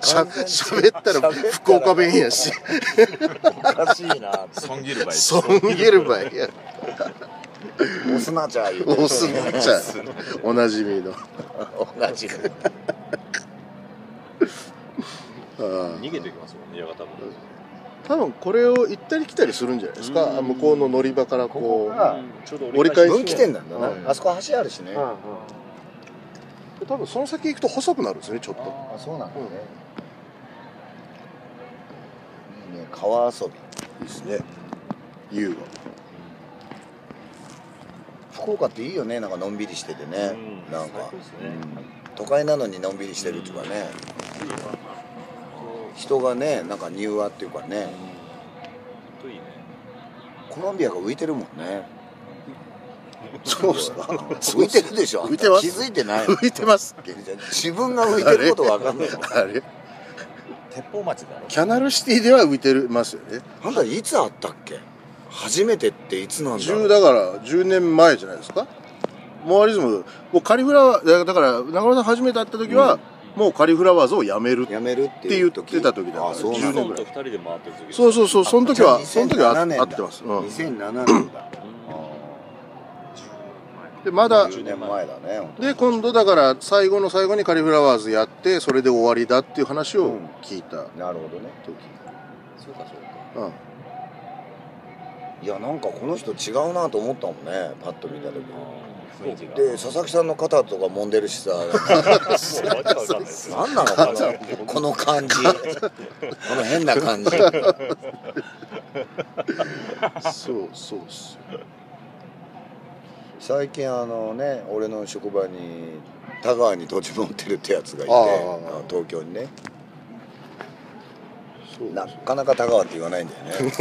Speaker 1: たしゃ喋ったら福岡弁やし
Speaker 4: おかしいな
Speaker 5: ソンギルバイ
Speaker 1: ソンゲルバイや
Speaker 4: おすなちゃん言うて
Speaker 1: おすなちゃんおなじみの
Speaker 4: 同じく
Speaker 1: ああ
Speaker 3: 逃げていきますもんね屋形も
Speaker 1: 多分これを行ったり来たりするんじゃないですか向こうの乗り場からこう
Speaker 4: が
Speaker 3: ちょうど
Speaker 1: 折り返し
Speaker 4: 分岐点なんだな、
Speaker 1: うん
Speaker 4: あそこ橋あるしね、
Speaker 1: うんうんで多分その先行くと細くなるんですねちょっと
Speaker 4: あそうなんだね、いいね川遊び
Speaker 1: いいですね優雅
Speaker 4: 福岡っていいよねなんかのんびりしててね、
Speaker 3: うん
Speaker 4: なん
Speaker 3: 最
Speaker 4: か
Speaker 3: 高ですね
Speaker 4: 都会なのにのんびりしてるっていうかね、人がねなんか柔和っていうかね、
Speaker 6: 低いね
Speaker 4: コロンビアが浮いてるもんね
Speaker 1: そうっすか
Speaker 4: 浮いてるでしょ
Speaker 1: 浮いてます
Speaker 4: 気づいてな い
Speaker 1: 浮いてますっけ
Speaker 4: 自分が浮いてることわかんないもん
Speaker 1: あれ
Speaker 5: 鉄砲町だろ
Speaker 1: キャナルシティでは浮いてるますよね
Speaker 4: あんたいつあったっけ初めてっていつなんだろ
Speaker 1: 10
Speaker 4: う
Speaker 1: だから10年前じゃないですかモアリズムもうカリフラワーだだから中村さん初めて会った時は、もうカリフラワーズをやめる
Speaker 4: やめるって
Speaker 1: って
Speaker 4: い
Speaker 1: 言っ
Speaker 4: う
Speaker 1: て
Speaker 4: 時
Speaker 1: た時だから
Speaker 4: あそう
Speaker 1: 10年
Speaker 4: なんだ
Speaker 1: ぐらい
Speaker 3: ソンと二人で回ってる時
Speaker 1: そう
Speaker 3: う
Speaker 1: そうそうその時はその時は合
Speaker 4: 2007
Speaker 1: ってます、うん
Speaker 4: 2007年だ
Speaker 1: でまだ
Speaker 4: 10年前だね
Speaker 1: で今度だから最後の最後にカリフラワーズやってそれで終わりだっていう話を聞いた
Speaker 4: なるほどね
Speaker 1: 時、
Speaker 6: そうかそうか
Speaker 1: うん
Speaker 4: いやなんかこの人違うなと思ったもんねパッと見た時
Speaker 6: 雰囲気が
Speaker 4: で佐々木さんの肩とか揉んでるしさ
Speaker 3: そうわけわかんないですよ
Speaker 4: 何なのかなこの感じこの変な感じ
Speaker 1: そうそうっす
Speaker 4: 最近あのね俺の職場に田川に土地持ってるってやつがいて
Speaker 1: ああ
Speaker 4: あの東京にね
Speaker 1: そう
Speaker 4: なかなか田川って言わないんだよね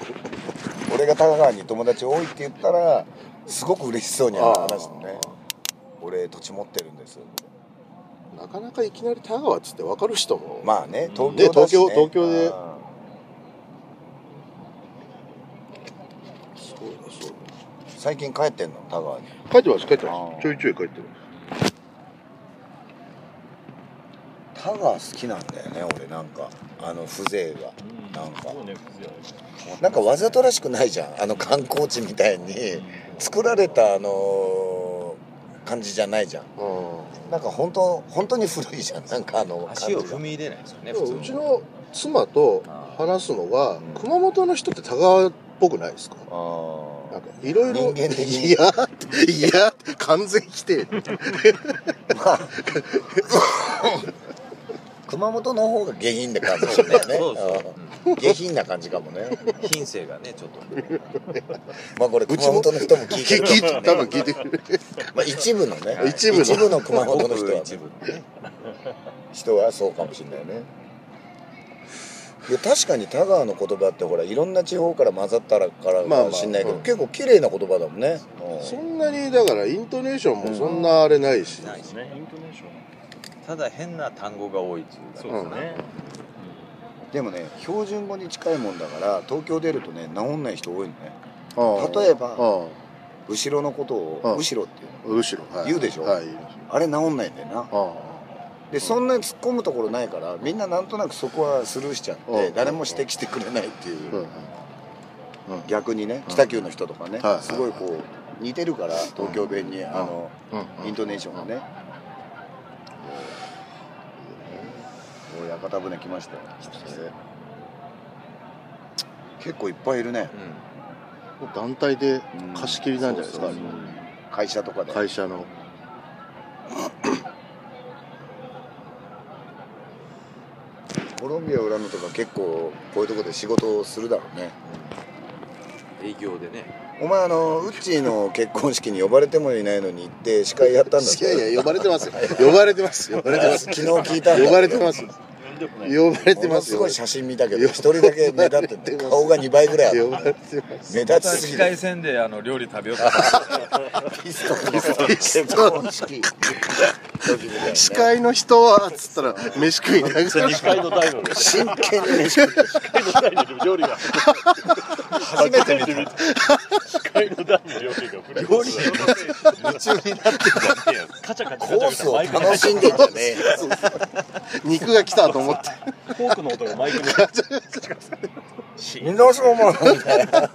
Speaker 4: 俺が田川に友達多いって言ったらすごく嬉しそうに話してね俺土地持ってるんです
Speaker 1: なかなかいきなり田川っつって分かる人も、
Speaker 4: まあね東
Speaker 1: ね
Speaker 4: 京だし、ね、
Speaker 1: 東京東京で
Speaker 4: あ
Speaker 1: そうだそう
Speaker 4: あ最近帰ってんの田川に
Speaker 1: だ書いてます書いてま
Speaker 4: あー
Speaker 1: すちょいちょい書いてま
Speaker 4: 田川好きなんだよね俺なんかあの風情がなんか
Speaker 6: そうね普通やね
Speaker 4: なんかわざとらしくないじゃんあの観光地みたいに作られたあのー感じじゃないじゃん
Speaker 1: すうん
Speaker 4: なんか本当本当に古いじゃんなんかあの
Speaker 6: 足を
Speaker 4: 感じ
Speaker 6: 踏
Speaker 4: が
Speaker 6: み入れないですよね
Speaker 1: でも
Speaker 6: 普通
Speaker 1: うちの妻と話すのが熊本の人って田川っぽくないですかなんかいろいろ
Speaker 4: 人間的に
Speaker 1: いやいや完全否定
Speaker 4: まあ 熊本の方が下品な感じだよね
Speaker 6: そうそう
Speaker 4: うん下品な感じかもね
Speaker 6: 品性がねちょっと
Speaker 4: まあこれ熊本の人も 聞いて
Speaker 1: 聞
Speaker 4: ると思う
Speaker 1: いて多分聞いてくれる
Speaker 4: まあ、一部のね、
Speaker 1: はい一部の
Speaker 4: 熊本の
Speaker 6: ご
Speaker 4: 人
Speaker 6: く
Speaker 4: は
Speaker 6: 一部のね
Speaker 4: 人はそうかもしれないねで確かに田川の言葉ってほらいろんな地方から混ざったらか
Speaker 1: まあ
Speaker 4: ら
Speaker 1: ま
Speaker 4: か
Speaker 1: あ
Speaker 4: もしれないけど、
Speaker 1: うん
Speaker 4: 結構綺麗な言葉だもんね、
Speaker 1: そんなにだからイントネーションもそんなあれないし、
Speaker 6: ない
Speaker 3: ねイントネーション
Speaker 6: ただ変な単語が多いっていうだけ
Speaker 3: そうですね
Speaker 4: でもね標準語に近いもんだから東京出るとね治んない人多いのね
Speaker 1: ああ
Speaker 4: 例えば
Speaker 1: あ
Speaker 4: 後ろのことを
Speaker 1: うん
Speaker 4: 後ろっていうの
Speaker 1: あ後ろ、はい、
Speaker 4: 言うでしょ
Speaker 1: はい言います
Speaker 4: あれ治んないんだよな
Speaker 1: あ
Speaker 4: でそんなに突っ込むところないからみんななんとなくそこはスルーしちゃっ
Speaker 1: う
Speaker 4: て
Speaker 1: ん
Speaker 4: 誰も指摘してくれないっていう
Speaker 1: あ、うんうん
Speaker 4: 逆にね北九の人とかね、
Speaker 1: はい
Speaker 4: すごいこう似てるから東京弁に、あの、イントネーションがね、お屋形船来ましたよ結構いっぱいいるね、
Speaker 1: もう団体で
Speaker 4: うん
Speaker 1: 貸し切りなんじゃないですか、
Speaker 4: そうそうそう会社とかで、
Speaker 1: 会社の
Speaker 4: コロンビア裏のとか結構こういうとこで仕事をするだろうね
Speaker 6: 営業でね
Speaker 4: お前あのウッチーの結婚式に呼ばれてもいないのに行って司会やったんだって
Speaker 1: いやいや呼ばれてますよ 呼ばれてます呼ばれてます
Speaker 4: 昨日聞いたんだって
Speaker 1: 呼ばれてます
Speaker 3: でもね
Speaker 1: 呼ばれて
Speaker 4: も
Speaker 1: ま
Speaker 4: の
Speaker 1: す
Speaker 4: すごい写真見たけど一人だけ目立ってて
Speaker 1: 呼ばれてます
Speaker 4: 顔が2倍ぐらいある
Speaker 1: 呼ばれてます
Speaker 4: 目
Speaker 6: ま
Speaker 4: 立
Speaker 6: た
Speaker 4: ちすぎ
Speaker 6: 紫
Speaker 4: て
Speaker 6: 外線であの料理食べようと思って
Speaker 4: ピストルの結婚式
Speaker 1: 司会の人はつったら飯食いながら
Speaker 3: 二階のダイニング
Speaker 4: 真剣に飯食って
Speaker 3: 二階のダイニングで料理が
Speaker 4: 初めて見た
Speaker 3: 二階のダイニング料理が振り料理
Speaker 6: 夢中になって
Speaker 3: カチャカチャカチャカチャ
Speaker 4: コースを
Speaker 3: マイクに
Speaker 4: 楽しんでんじゃねえよ
Speaker 1: 肉が来たと思って
Speaker 3: フォークの音がマイクに
Speaker 4: みんなそう思うみたいな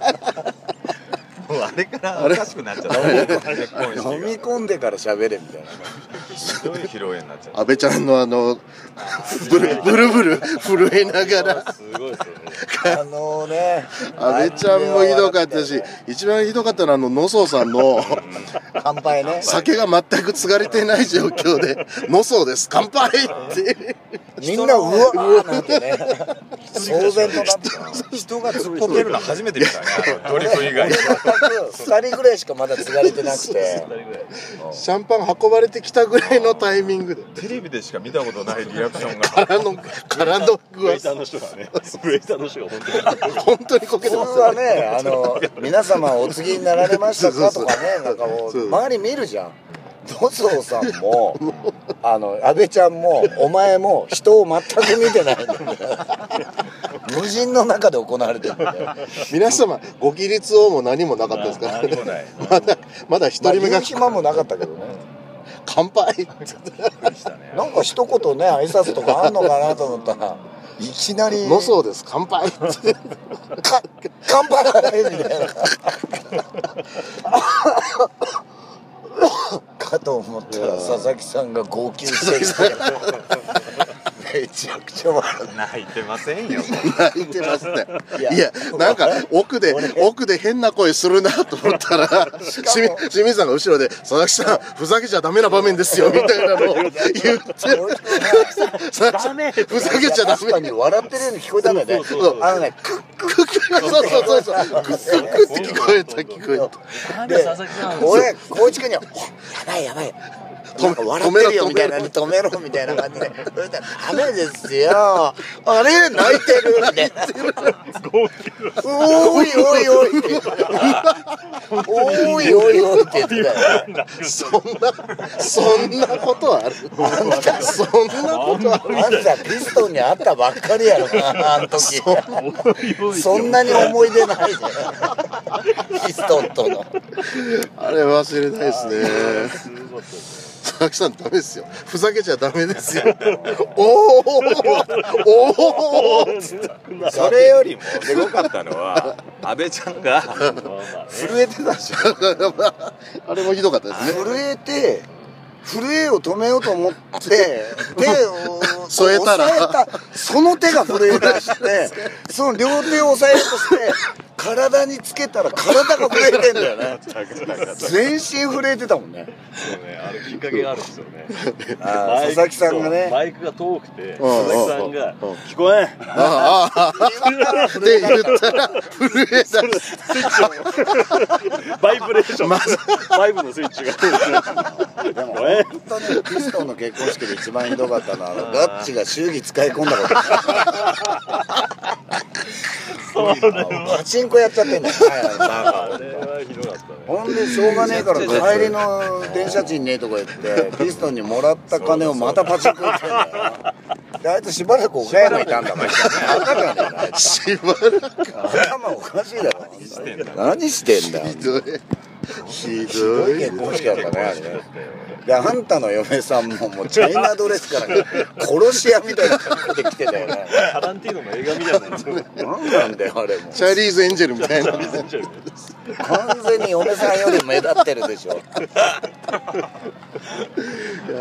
Speaker 6: もうあれからおかしくなっちゃった結婚式が
Speaker 4: 飲み込んでから喋れみたいな
Speaker 6: ひどい披露宴になっちゃっ
Speaker 1: 安倍ちゃんのあのブルブルブル震えながら
Speaker 3: すごいですよね
Speaker 4: あのね
Speaker 1: 安倍ちゃんもひどかったし一番ひどかったのはあの野宗さんの
Speaker 4: 乾杯ね
Speaker 1: 酒が全く継がれてない状況で「野宗です乾杯!」って
Speaker 4: みんなうわーなんてね
Speaker 6: た
Speaker 4: 騒然となって
Speaker 6: 人が突っ込めるの初めて見たねあのドリフ以外
Speaker 4: 全く2人ぐらいしかまだ継がれてなくて
Speaker 1: シャンパン運ばれてきたぐらいのタイミングで
Speaker 6: テレビでしか見たことないリアクションが
Speaker 1: 空の空の
Speaker 3: ウ
Speaker 1: 具
Speaker 3: ェ
Speaker 1: 合
Speaker 3: イターの人がね、ウェイターの人が本当に。
Speaker 1: 本当にこけてま
Speaker 4: 普
Speaker 1: す
Speaker 4: 通はねあの皆様お継ぎになられましたかとかねなんかも
Speaker 1: そう
Speaker 4: う周り見るじゃん土蔵さんもあの安倍ちゃんもお前も人を全く見てないんだよね無人の中で行われてるんだよ
Speaker 1: 皆様ご起立をも何もなかったです から、
Speaker 6: 何もない
Speaker 1: まだまだ一
Speaker 4: まあ
Speaker 1: 人目
Speaker 4: 言
Speaker 1: が
Speaker 4: う暇もなかったけどね
Speaker 1: 乾杯
Speaker 4: なんか一言ね挨拶とかあんのかなと思ったらいきなり
Speaker 1: のそうです乾杯って
Speaker 4: か乾杯みたいなかと思ったら佐々木さんが号泣してるめちゃくちゃ笑
Speaker 6: 泣いてませんよ
Speaker 1: 泣いてますね
Speaker 4: うい
Speaker 1: いやなんか奥で
Speaker 4: 俺
Speaker 1: 奥で変な声するなと思ったら清水清水さんが後ろで「佐々木さんふざけちゃダメな場面ですよ」みたいなのを言って
Speaker 4: 俺
Speaker 1: 「佐々木さんふざけちゃダ
Speaker 4: 確
Speaker 1: メ」
Speaker 4: かに笑ってるように聞こえたんだよね
Speaker 1: そうそうそう
Speaker 4: あのねクック
Speaker 1: クックそうそうそうそうクッククッって聞こえた聞こえた
Speaker 4: で俺光一君には「やばいやばい」なんか笑ってるよみたいな止めろみたいな感じで「そしたらダメですよあれ泣いてる」みたいな「おいおい おい」って「おいおいおい」って言ってたよね
Speaker 1: そんなそんなことあるそんなことある
Speaker 4: あんたピストンに会ったばっかりやろなあの時そんなに思い出ないじゃんピストンとの
Speaker 1: あれ忘れないですね佐々木さんダメですよふざけちゃダメですよおーおー
Speaker 6: それよりもすごかったのは安倍ちゃんが震えてたじゃん
Speaker 1: あれもひどかったですね
Speaker 4: 震えて震えを止めようと思って手を
Speaker 1: 添えたら
Speaker 4: 押さえたその手が震え出してその両手を押さえようとして体につけたら体が震えてんだよね全身震えてたもんね
Speaker 3: そうね、あれきっかけがあるんですよ ね。
Speaker 4: あー佐々木さんが
Speaker 3: そう
Speaker 4: ね
Speaker 3: マイクが遠くて、佐
Speaker 1: うん
Speaker 3: 々木さんが
Speaker 1: うんうん
Speaker 3: 聞こえん。
Speaker 1: ああああって言ったら震え出す
Speaker 3: スイッチをバイブレーション、バイブのスイッチが。
Speaker 4: でも
Speaker 3: ごめん
Speaker 4: 本当にピストンの結婚式で一番ひどかったのはあのガッチが祝儀使い込んだことパチンコやっちゃってんだよはいはい
Speaker 3: あれはひどかったね。
Speaker 4: ほんでしょうがねえから帰りの電車賃ねえとこ行ってピストンにもらった金をまたパチンコ行ってんだよであいつしばらく岡山いたんだもん赤ちゃんだよな
Speaker 1: しばらく
Speaker 4: 頭おかしいだろ何してんだよ
Speaker 1: ひどいひ
Speaker 4: すご
Speaker 1: ど
Speaker 4: い
Speaker 1: い
Speaker 4: 結婚式だったねあれねであんたの嫁さんももうチャイナドレスから殺し屋みたいな格好で来てたよね
Speaker 3: タランティーノの映画みたいになっちゃう
Speaker 4: 何なんだよあれもう
Speaker 1: チャーリーズエンジェルみたいな
Speaker 4: 完全に嫁さんより目立ってるでしょ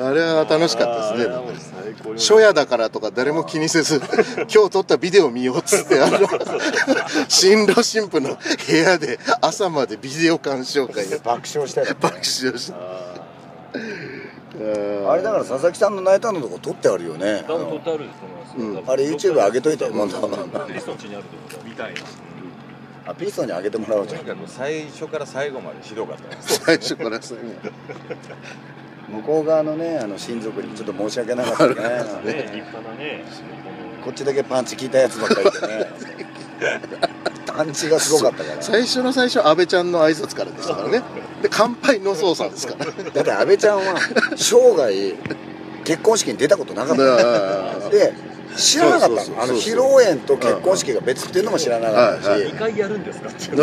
Speaker 1: あれは楽しかったですね
Speaker 3: あれはもう最高よ
Speaker 1: 初夜だからとか誰も気にせ ず今日撮ったビデオ見ようっつってあの新郎新婦の部屋で朝までビデオ鑑賞会やって
Speaker 4: 爆笑してる
Speaker 1: 爆笑して
Speaker 4: あれだから佐々木さんの泣いたのとか撮ってあるよね
Speaker 7: 多分取ってあると思いますよ
Speaker 1: うん
Speaker 7: 多分
Speaker 4: あれ YouTube 上げといて今度
Speaker 3: リストのうちにあると思う
Speaker 7: みたいな
Speaker 4: あピストンにあげてもらおうじゃん
Speaker 6: とにかく最初から最後までひどかったです
Speaker 1: 最初からそういう
Speaker 4: 向こう側のねあの親族にちょっと申し訳なかった
Speaker 3: ね
Speaker 4: ね
Speaker 3: 立派なね
Speaker 4: こっちだけパンチ効いたやつばっかりでね パンチがすごかったから
Speaker 1: 最初の最初安倍ちゃんの挨拶からでしたからねで乾杯の操作です からね
Speaker 4: だって安倍ちゃん は生涯結婚式に出たことなかったで知らなかった
Speaker 1: そうそうそう
Speaker 4: のあの
Speaker 1: そう
Speaker 4: 披
Speaker 1: そう
Speaker 4: 露宴と結婚式が別っていうのも知らなかったし、
Speaker 1: はいは
Speaker 7: 2回やるんですかっていう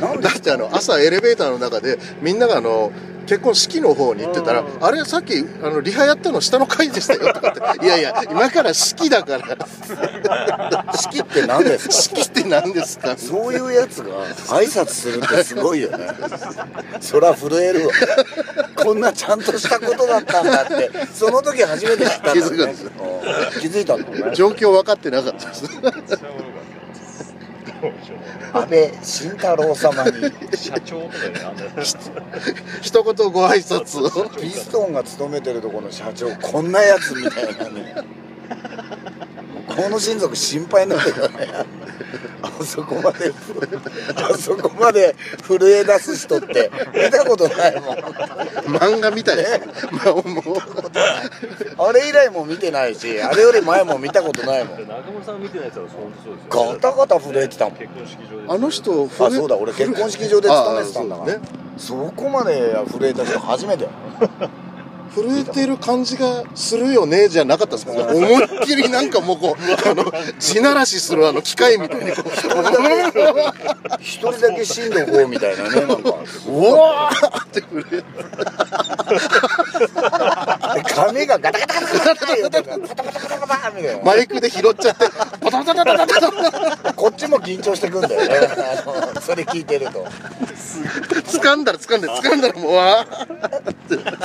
Speaker 4: なんで
Speaker 1: だってあの朝エレベーターの中でみんながあの結婚式の方に行ってたら「あれさっきあのリハやったの下の階でしたよ」とかって「い やいや今から式だから
Speaker 4: 式って何ですか
Speaker 1: 式って何ですか?」
Speaker 4: そういうやつが挨拶するってすごい よねそりゃ震えるわこんなちゃんとしたことだったんだってその時初めて知ったんだよ、
Speaker 1: 気
Speaker 4: ね、
Speaker 1: づくんですよ
Speaker 4: うん気づいたんだもんね
Speaker 1: 状況分かってなかったです
Speaker 4: 安倍晋太郎様に
Speaker 3: 社長とかねあんな
Speaker 1: 一言ご挨拶 を
Speaker 4: ピストンが勤めてるところの社長こんなやつみたいなね大野親族心配になってくるあそこまであそこまで震え出す人って見たことないもん
Speaker 1: 漫画みたいですね。まあも
Speaker 4: あれ以来も見てないしあれより前も見たことないもん
Speaker 3: 中村さん見てないやつは本当そうですよ、
Speaker 4: ガタガタ震えてたもん
Speaker 3: 結婚式場で
Speaker 1: うあの人
Speaker 4: あそうだ俺結婚式場で勤めてたんだから
Speaker 1: ね
Speaker 4: そこまで震えた人初めて
Speaker 1: 震えてる感じがするよねじゃなかったですもんね思いっきりなんかもうこうあの地ならしするあの機械みたいにこ
Speaker 4: 一人だけ震度5みたいなねなんか
Speaker 1: ううわーって震え
Speaker 4: 髪がガタガタガタガタガタガタガタガタガタガタみたいな
Speaker 1: マイクで拾っちゃってパタパタパタパタパタ
Speaker 4: こっちも緊張してくんだよねあのそれ聞いてると
Speaker 1: 掴んだら掴んで掴んだらもうわ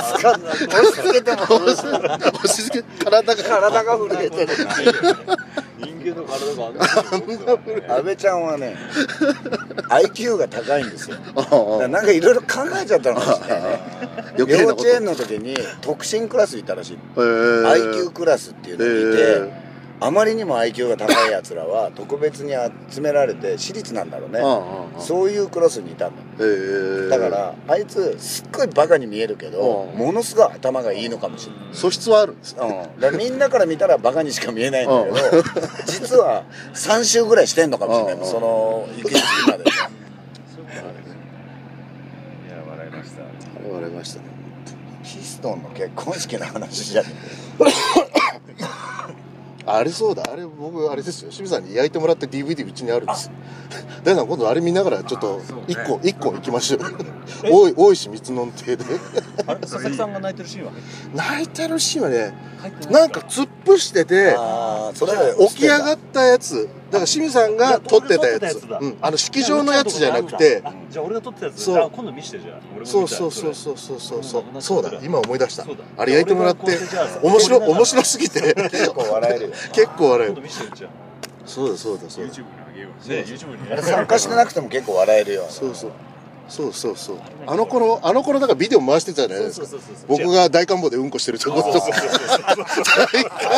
Speaker 1: ー
Speaker 4: 押し付けても
Speaker 1: 押し付け体が
Speaker 4: 体が震えてる
Speaker 3: 人間の体があんなに動くんですよね
Speaker 4: 安倍ちゃんはね IQ が高いんですよだからなんかいろいろ考えちゃったのかもしれないね
Speaker 1: 余計な
Speaker 4: 幼
Speaker 1: こと
Speaker 4: 稚園の時に特進クラスいたらしい、
Speaker 1: えー
Speaker 4: IQ クラスっていうのにいて、
Speaker 1: えー
Speaker 4: あまりにも IQ が高いやつらは 特別に集められて私立なんだろうね
Speaker 1: ああああ
Speaker 4: そういうクラスにいたの
Speaker 1: えー
Speaker 4: だからあいつすっごいバカに見えるけど
Speaker 1: うん
Speaker 4: ものすごい頭がいいのかもしれない
Speaker 1: 素質はあるんですね
Speaker 4: うん、だからみんなから見たらバカにしか見えないんだけど 実は3周ぐらいしてんのかもしれ
Speaker 1: う
Speaker 4: なんいその行き着くまで
Speaker 6: いや笑いました
Speaker 1: 言われましたね
Speaker 4: ヒストンの結婚式の話じゃね
Speaker 1: あれそうだあれ僕あれですよ清水さんに焼いてもらって DVD うちにあるんですよ大さん今度あれ見ながらちょっと一個一個行きましょうよ大井大石三野邸で
Speaker 3: あれ佐々木さんが泣いてるシーンは
Speaker 1: 泣いてるシーンはねなんか突っ伏してて
Speaker 4: ああそれは
Speaker 1: 起き上がったやつだから清水さんが撮ってたや
Speaker 3: いや俺が撮
Speaker 1: つ
Speaker 3: ってたやつだ
Speaker 1: うん、あの式場のやつじゃなくて
Speaker 3: あじゃあ俺が撮ってたやつ
Speaker 1: そう
Speaker 3: じゃあ今度見してじゃあ俺も見たい
Speaker 1: そうそうそうそうそうそうそうそうだ今思い出した
Speaker 3: そうだ
Speaker 1: あれ焼いてもらって
Speaker 3: 俺がこうじゃあ
Speaker 1: 面白面白すぎて
Speaker 4: 結構笑 えるよ
Speaker 1: 結構笑え
Speaker 3: 今度
Speaker 1: る
Speaker 3: 見してじゃ
Speaker 1: そうだそうだそうだ
Speaker 5: YouTube にあげよう
Speaker 3: ね YouTube に
Speaker 4: あれ参加してなくても結構笑えるよ
Speaker 1: そうそうそうそうそうあの頃あの頃だからビデオ回してたじゃないですか僕が大観望でうんこしてるとことか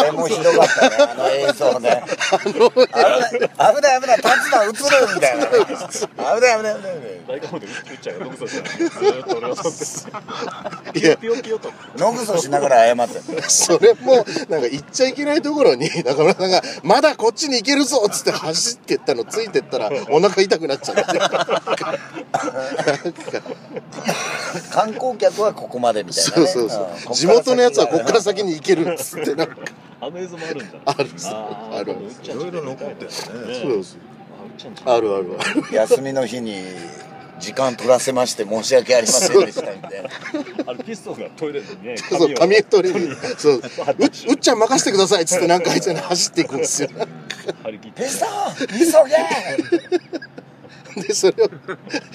Speaker 4: あれもひどかったねあの映像ね危ない危ない危ない立つな映るみたいなね危ない危ない危ない危 ない
Speaker 3: 大観望でウッちゃんがどこさずーっと俺が撮って
Speaker 1: いや
Speaker 3: ピヨピヨと
Speaker 4: のぐそしながら謝って
Speaker 1: それもなんか行っちゃいけないところに 中村さんが「まだこっちに行けるぞ!」っつって走ってったのついてったらお腹痛くなっちゃってなんか
Speaker 4: 観光客はここまでみたいな
Speaker 1: そう
Speaker 4: ね
Speaker 1: そうそうん
Speaker 4: こっから
Speaker 1: 地元のやつは
Speaker 4: 先
Speaker 1: こ
Speaker 4: が
Speaker 1: っから先に行けるっつってなんか
Speaker 3: あの映像もあるんだ
Speaker 1: あるんですよ
Speaker 3: あー
Speaker 1: あるん
Speaker 3: ウ
Speaker 1: で
Speaker 3: ッ
Speaker 1: す
Speaker 3: チャンちゃん
Speaker 5: いろいろ残ってるね
Speaker 1: そうです
Speaker 3: あウッチャンちゃん
Speaker 1: あるあるある
Speaker 4: 休みの日に時間取らせまして申し訳ありませんでしたみたいな
Speaker 3: あれピストンがトイレでね
Speaker 1: そう
Speaker 3: 髪
Speaker 1: 髪
Speaker 3: を
Speaker 1: 取りにそう ううっちゃん任せてくださいっつってなんかあいつに走っていくんですよ
Speaker 3: 張り切っ
Speaker 4: 「ピ
Speaker 3: て
Speaker 4: ストン急げ!
Speaker 1: でそれを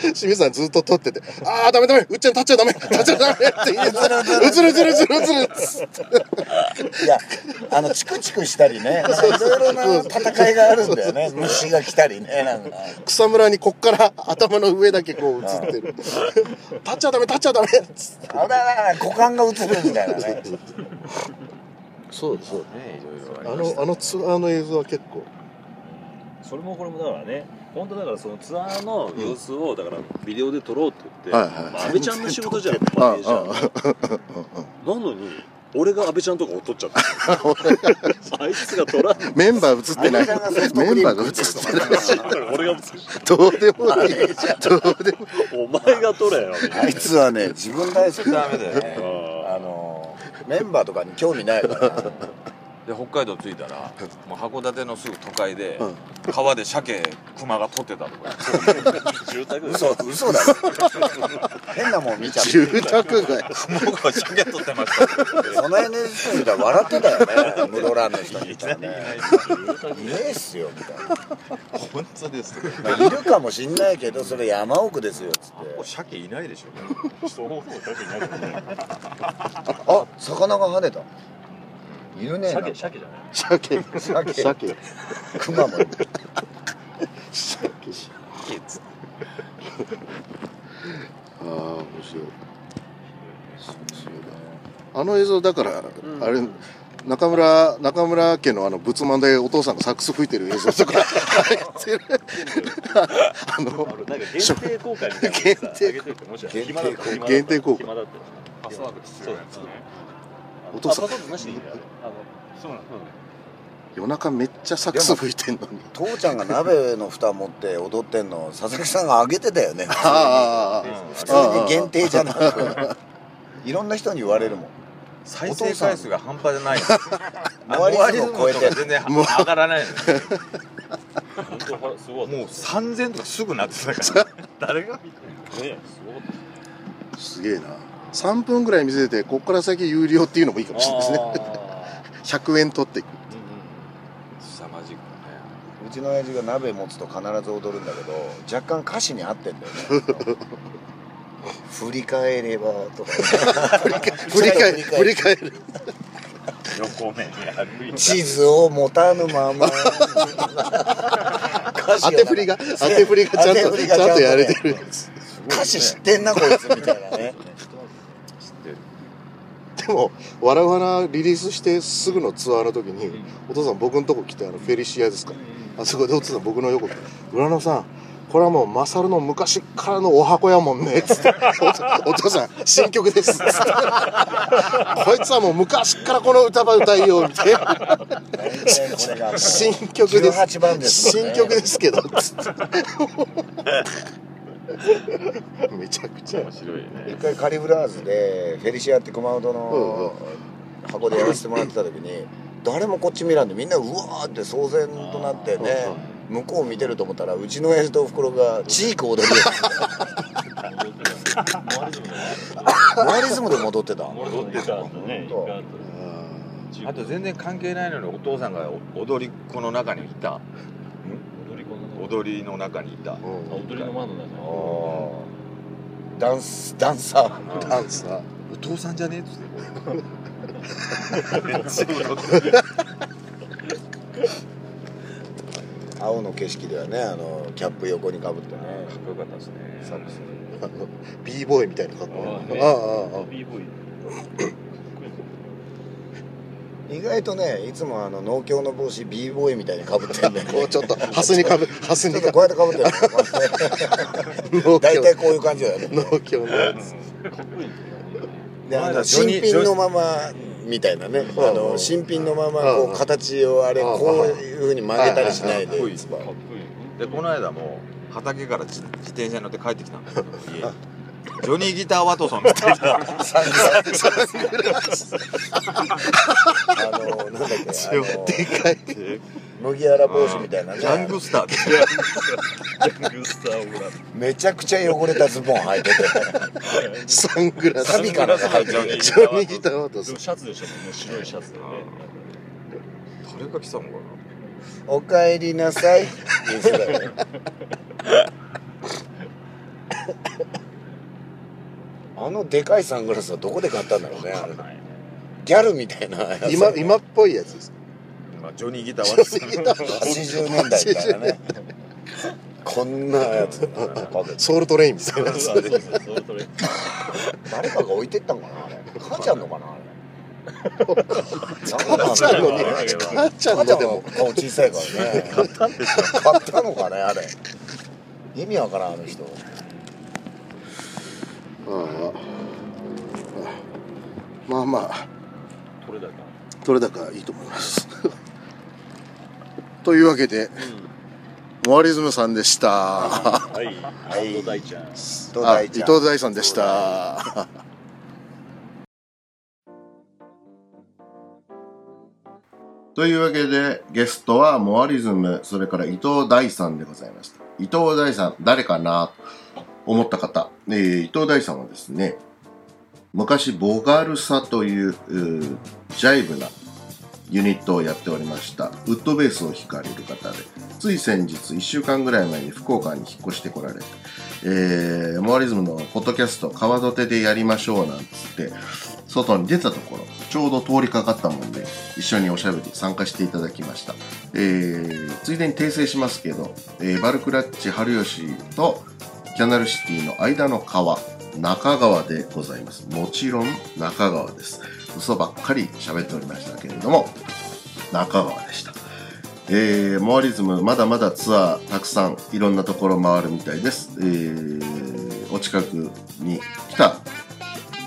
Speaker 1: 清水さんずっと撮ってて「ああダメダメうっちゃん立っちゃダメ立っちゃダメ」って言いながら「うつるうつるうつるうつる」っつって」
Speaker 4: いやあのチクチクしたりねなんかいろいろな戦いがあるんだよね虫が来たりねなんか
Speaker 1: 草むらにこっから頭の上だけこう映ってる「立っちゃダメ立っちゃダメ」っつって
Speaker 4: 「あららら股間が映る」みたいなね
Speaker 1: そうですそう
Speaker 6: ねいろいろあ
Speaker 1: あ
Speaker 6: りまし
Speaker 1: のあのツアーの映像は結構
Speaker 3: それもこれもだからね本当だからそのツアーの様子をだからビデオで撮ろうって言
Speaker 1: はい
Speaker 3: っ
Speaker 1: はい
Speaker 3: てまあ安倍ちゃんの仕事じゃん
Speaker 1: あ
Speaker 3: マネージャーのなのに俺が安倍ちゃんとかを撮っちゃったあいつが撮らん
Speaker 1: メンバー映ってない
Speaker 4: あのちゃんがソフト
Speaker 1: メ
Speaker 4: クリ
Speaker 1: ン
Speaker 4: ーム
Speaker 1: バーが映ってない
Speaker 3: 俺が
Speaker 1: どうでもいいどうでも
Speaker 3: お前が撮れよみたい
Speaker 4: あいつはね自分大好きダメだよ ね
Speaker 3: な
Speaker 4: あのメンバーとかに興味ないから
Speaker 6: たで北海道着いたらもう函館のすぐ都会で川で鮭熊が取ってたとか
Speaker 3: 住宅
Speaker 4: 嘘嘘だよ変なもん見ちゃって
Speaker 1: 住宅街
Speaker 6: 僕は鮭取ってました
Speaker 4: その NHK 見たら笑ってたよね室蘭の人にいたらねいねえっすよみたいな
Speaker 6: 本当です
Speaker 4: まあいるかもしんないけどそれ山奥ですよっつって
Speaker 6: 鮭いないでしょ
Speaker 4: あ魚が跳ねたいるねえな
Speaker 3: 鮭鮭じゃない
Speaker 1: 鮭
Speaker 4: 鮭
Speaker 1: 鮭
Speaker 4: 熊もいる
Speaker 1: ああ面白いそうだあの映像だから、あれ中村中村家のあの仏間でお父さんがサックス吹いてる映像と か入ってるあの
Speaker 8: なんか限定公開みたいなのさ上げといてもし
Speaker 4: 限定
Speaker 8: 暇だったら暇だったら
Speaker 1: 限定公開
Speaker 8: 暇だったら
Speaker 7: パスワーク必要なやつね
Speaker 1: お父さん
Speaker 8: あパスワークなしでいいんだよあの
Speaker 7: そうなの
Speaker 1: 夜中めっちゃサックス吹いてんのに
Speaker 4: 父ちゃんが鍋の蓋持って踊ってんの佐々木さんがあげてたよね
Speaker 1: あああああ
Speaker 4: 普通に限定じゃなくいろんな人に言われるもん
Speaker 6: 再生回数が半端じゃない の
Speaker 4: モアリズム超えて
Speaker 6: モアリズムとか全然上がらないの
Speaker 8: 本当はすごい
Speaker 6: もう3000とかすぐなってたから誰が見て
Speaker 8: ねすごかった
Speaker 1: すげえな3分ぐらい見せてこっから先有料っていうのもいいかもしれないですね
Speaker 8: あ
Speaker 1: 100円取っていく
Speaker 8: ー
Speaker 6: 凄まじくね
Speaker 4: うちの親父が鍋持つと必ず踊るんだけど若干歌詞に合ってんだよね振り返ればとか
Speaker 1: 振り返る振り返る
Speaker 8: 横目に歩いて
Speaker 4: 地図を持たぬまま歌詞
Speaker 1: 当
Speaker 4: を
Speaker 1: て振りが当て振りがちゃん
Speaker 4: 当
Speaker 1: と
Speaker 4: て振り
Speaker 1: ち
Speaker 4: がちゃん
Speaker 1: ゃん
Speaker 4: とね
Speaker 1: とやれてる
Speaker 4: 歌詞知ってんなこいつみたい なね
Speaker 1: でも「わらわら」リリースしてすぐのツアーの時に、お父さん僕のとこ来てあのフェリシアですか、あそこでお父さん僕の横来て「浦野さんこれはもうマサルの昔からのお箱やもんね」つっておお父さん新曲です」つって「こいつはもう昔からこの歌ば歌いよ」みたいな
Speaker 4: 大体これがも
Speaker 1: 「
Speaker 4: う
Speaker 1: 新曲です」
Speaker 4: 18番ですもんね
Speaker 1: 新曲ですけど」 つってめちゃくちゃ
Speaker 8: 面白いね
Speaker 4: 一回カリブラーズでフェリシアって熊本の箱でやらせてもらってた時に誰もこっち見らんでみんなうわーって騒然となってね向こう見てると思ったらうちの親父とおふくろがチーク踊りよ
Speaker 8: モアリズムだね
Speaker 4: マリズムで戻ってた
Speaker 8: 戻ってたんだね
Speaker 4: そ
Speaker 8: 行
Speaker 4: う
Speaker 8: かんと
Speaker 6: あと全然関係ないのにお父さんが踊り子の中にいた
Speaker 8: 踊り子の
Speaker 6: 踊りの中にいた
Speaker 1: うん
Speaker 8: あ踊りの輪の中
Speaker 4: ダンスダンサー
Speaker 1: ダンサー
Speaker 6: お父さんじゃねえっつって
Speaker 4: 青の景色ではねあのキャップ横にかぶってね
Speaker 6: かっこよかったですね
Speaker 4: サックスで
Speaker 1: あの b ボーイみたいな格好
Speaker 8: ああね
Speaker 1: ああああ
Speaker 8: b ボーイ
Speaker 4: 意外とねいつもあの農協の帽子 b ボーイみたいにかぶってんだよね
Speaker 1: こうちょっとハスに かぶハス
Speaker 4: ちょ
Speaker 1: に
Speaker 4: っと
Speaker 1: か
Speaker 4: こうやってかぶってる
Speaker 1: ぶ
Speaker 4: 大体こういう感じだよね
Speaker 1: 農協のやつ
Speaker 8: かっこいいね
Speaker 4: であ
Speaker 6: 前
Speaker 4: の
Speaker 6: 田ジョニ
Speaker 4: 新
Speaker 6: ー
Speaker 4: 品のままみたいなね
Speaker 1: うん
Speaker 4: あの新品のまま
Speaker 1: う
Speaker 4: こ
Speaker 1: ん
Speaker 4: う形をあれ
Speaker 1: うん
Speaker 4: こういうふうに曲げたりしない
Speaker 6: はいはいは
Speaker 4: で
Speaker 6: い
Speaker 4: いつも
Speaker 8: かっこいい
Speaker 6: でこの間も畑から自自転車に乗って帰ってきたんだけど家にジョニー・ギター・ワトソンみたい
Speaker 4: あ
Speaker 6: な
Speaker 4: のなんだっけあの
Speaker 1: でかい
Speaker 4: 麦わら帽子みたいな
Speaker 6: ジャン
Speaker 4: ね
Speaker 6: グスターって
Speaker 8: ねグスターオブラ
Speaker 4: めちゃくちゃ汚れたズボン履いてて
Speaker 1: サングラス
Speaker 4: サビからね履いてる
Speaker 1: ジョニー・ギターワト
Speaker 8: で
Speaker 1: ソン
Speaker 8: もシャツでしたもんね白いシャツでね
Speaker 6: 誰が来たのかな
Speaker 4: 「 おかえりなさい」って言ってたよね あのでかいサングラスはどこで買ったんだろうねあれギャルみたいなやつ
Speaker 1: 今今っぽいやつです
Speaker 6: まあジョニー・ギター・ワトソン
Speaker 4: 80年代みたいなね こんなやつ
Speaker 1: ソウルトレインみたいなやつ
Speaker 8: そうそうそうそうそれ
Speaker 4: 誰かが置いてったんかなあれ母ちゃんのかなあれ
Speaker 1: 母ちゃんのに母ちゃん
Speaker 4: 母
Speaker 1: の
Speaker 4: ちゃん
Speaker 1: で
Speaker 4: の
Speaker 1: も
Speaker 4: 顔小さいからね買ったんでしょ買ったのかねあれ意味わからんあの人
Speaker 1: ああまあまあ
Speaker 8: これだか
Speaker 1: 取れ高いいと思いますというわけで、モアリズムさんでした
Speaker 8: はい
Speaker 4: い
Speaker 8: 伊藤大ちゃん
Speaker 4: 伊
Speaker 1: あ伊
Speaker 4: 藤
Speaker 1: 藤大さんでした。 というわけでゲストはモアリズムそれから伊藤大さんでございました伊藤大さん誰かなと思った方、えー伊藤大さんはですね昔ボガルサといううージャイブなユニットをやっておりましたウッドベースを弾かれる方でつい先日1週間ぐらい前に福岡に引っ越してこられてえーモアリズムのポッドキャスト、川土手でやりましょうなんつって、外に出たところ、ちょうど通りかかったもんで、一緒におしゃべり参加していただきました。えーついでに訂正しますけど、えーバルクラッチ春吉とキャナルシティの間の川、中川でございます。もちろん中川です。嘘ばっかり喋っておりましたけれども中川でしたえーモアリズムまだまだツアーたくさんいろんなところ回るみたいです、えーお近くに来た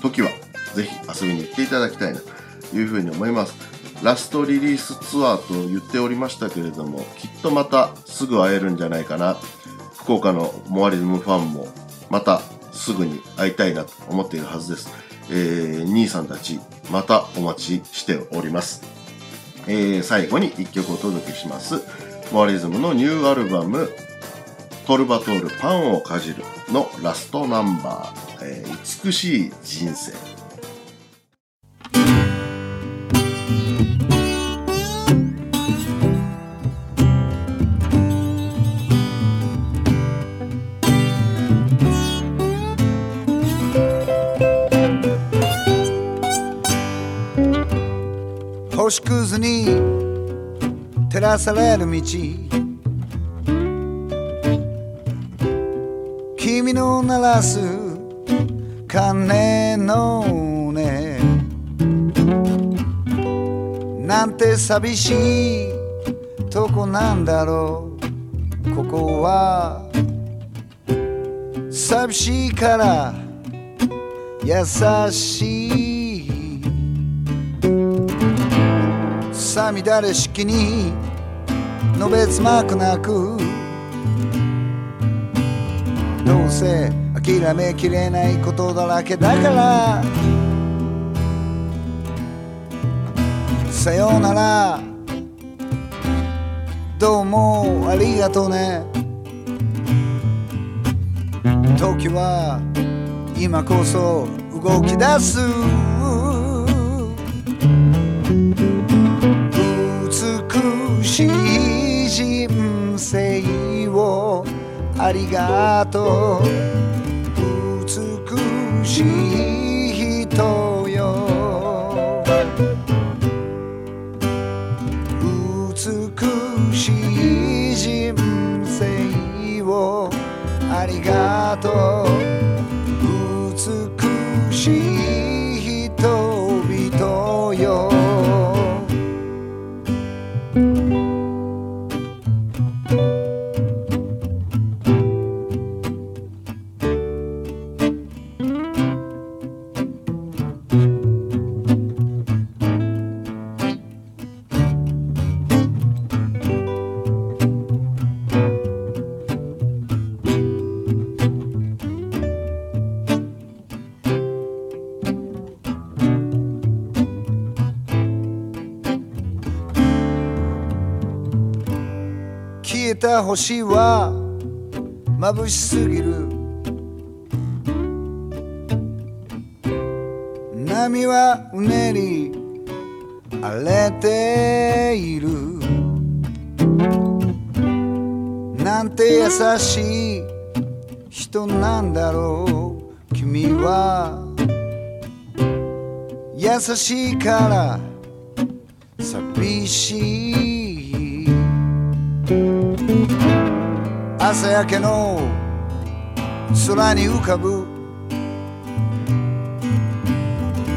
Speaker 1: 時はぜひ遊びに行っていただきたいなというふうに思いますラストリリースツアーと言っておりましたけれどもきっとまたすぐ会えるんじゃないかな福岡のモアリズムファンもまたすぐに会いたいなと思っているはずです、えー兄さんたちまたお待ちしておりますえー最後に1曲お届けします。モアリズムのニューアルバム、トルバトールパンをかじるのラストナンバー、えー美しい人生。
Speaker 9: 星屑に照らされる道君の鳴らす鐘の音なんて寂しいとこなんだろうここは寂しいから優しいさみだれ式にのべつまくなくどうせ諦めきれないことだらけだからさようならどうもありがとうね時は今こそ動き出す美しい人生をありがとう美しい人よ美しい人生をありがとう美しい人々よ消えた星は眩しすぎる波はうねり荒れているなんて優しい人なんだろう君は優しいから寂しい朝焼けの空に浮かぶ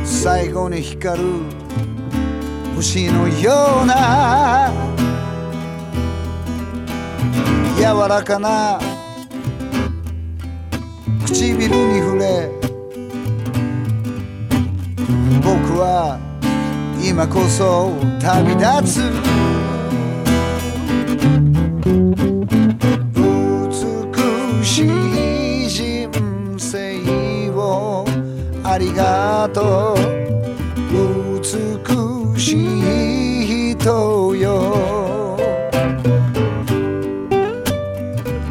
Speaker 9: 最後に光る星のような柔らかな唇に触れ僕は今こそ旅立つ美しい人生をありがとう美しい人よ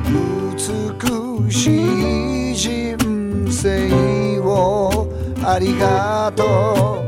Speaker 9: 美しい人生をありがとう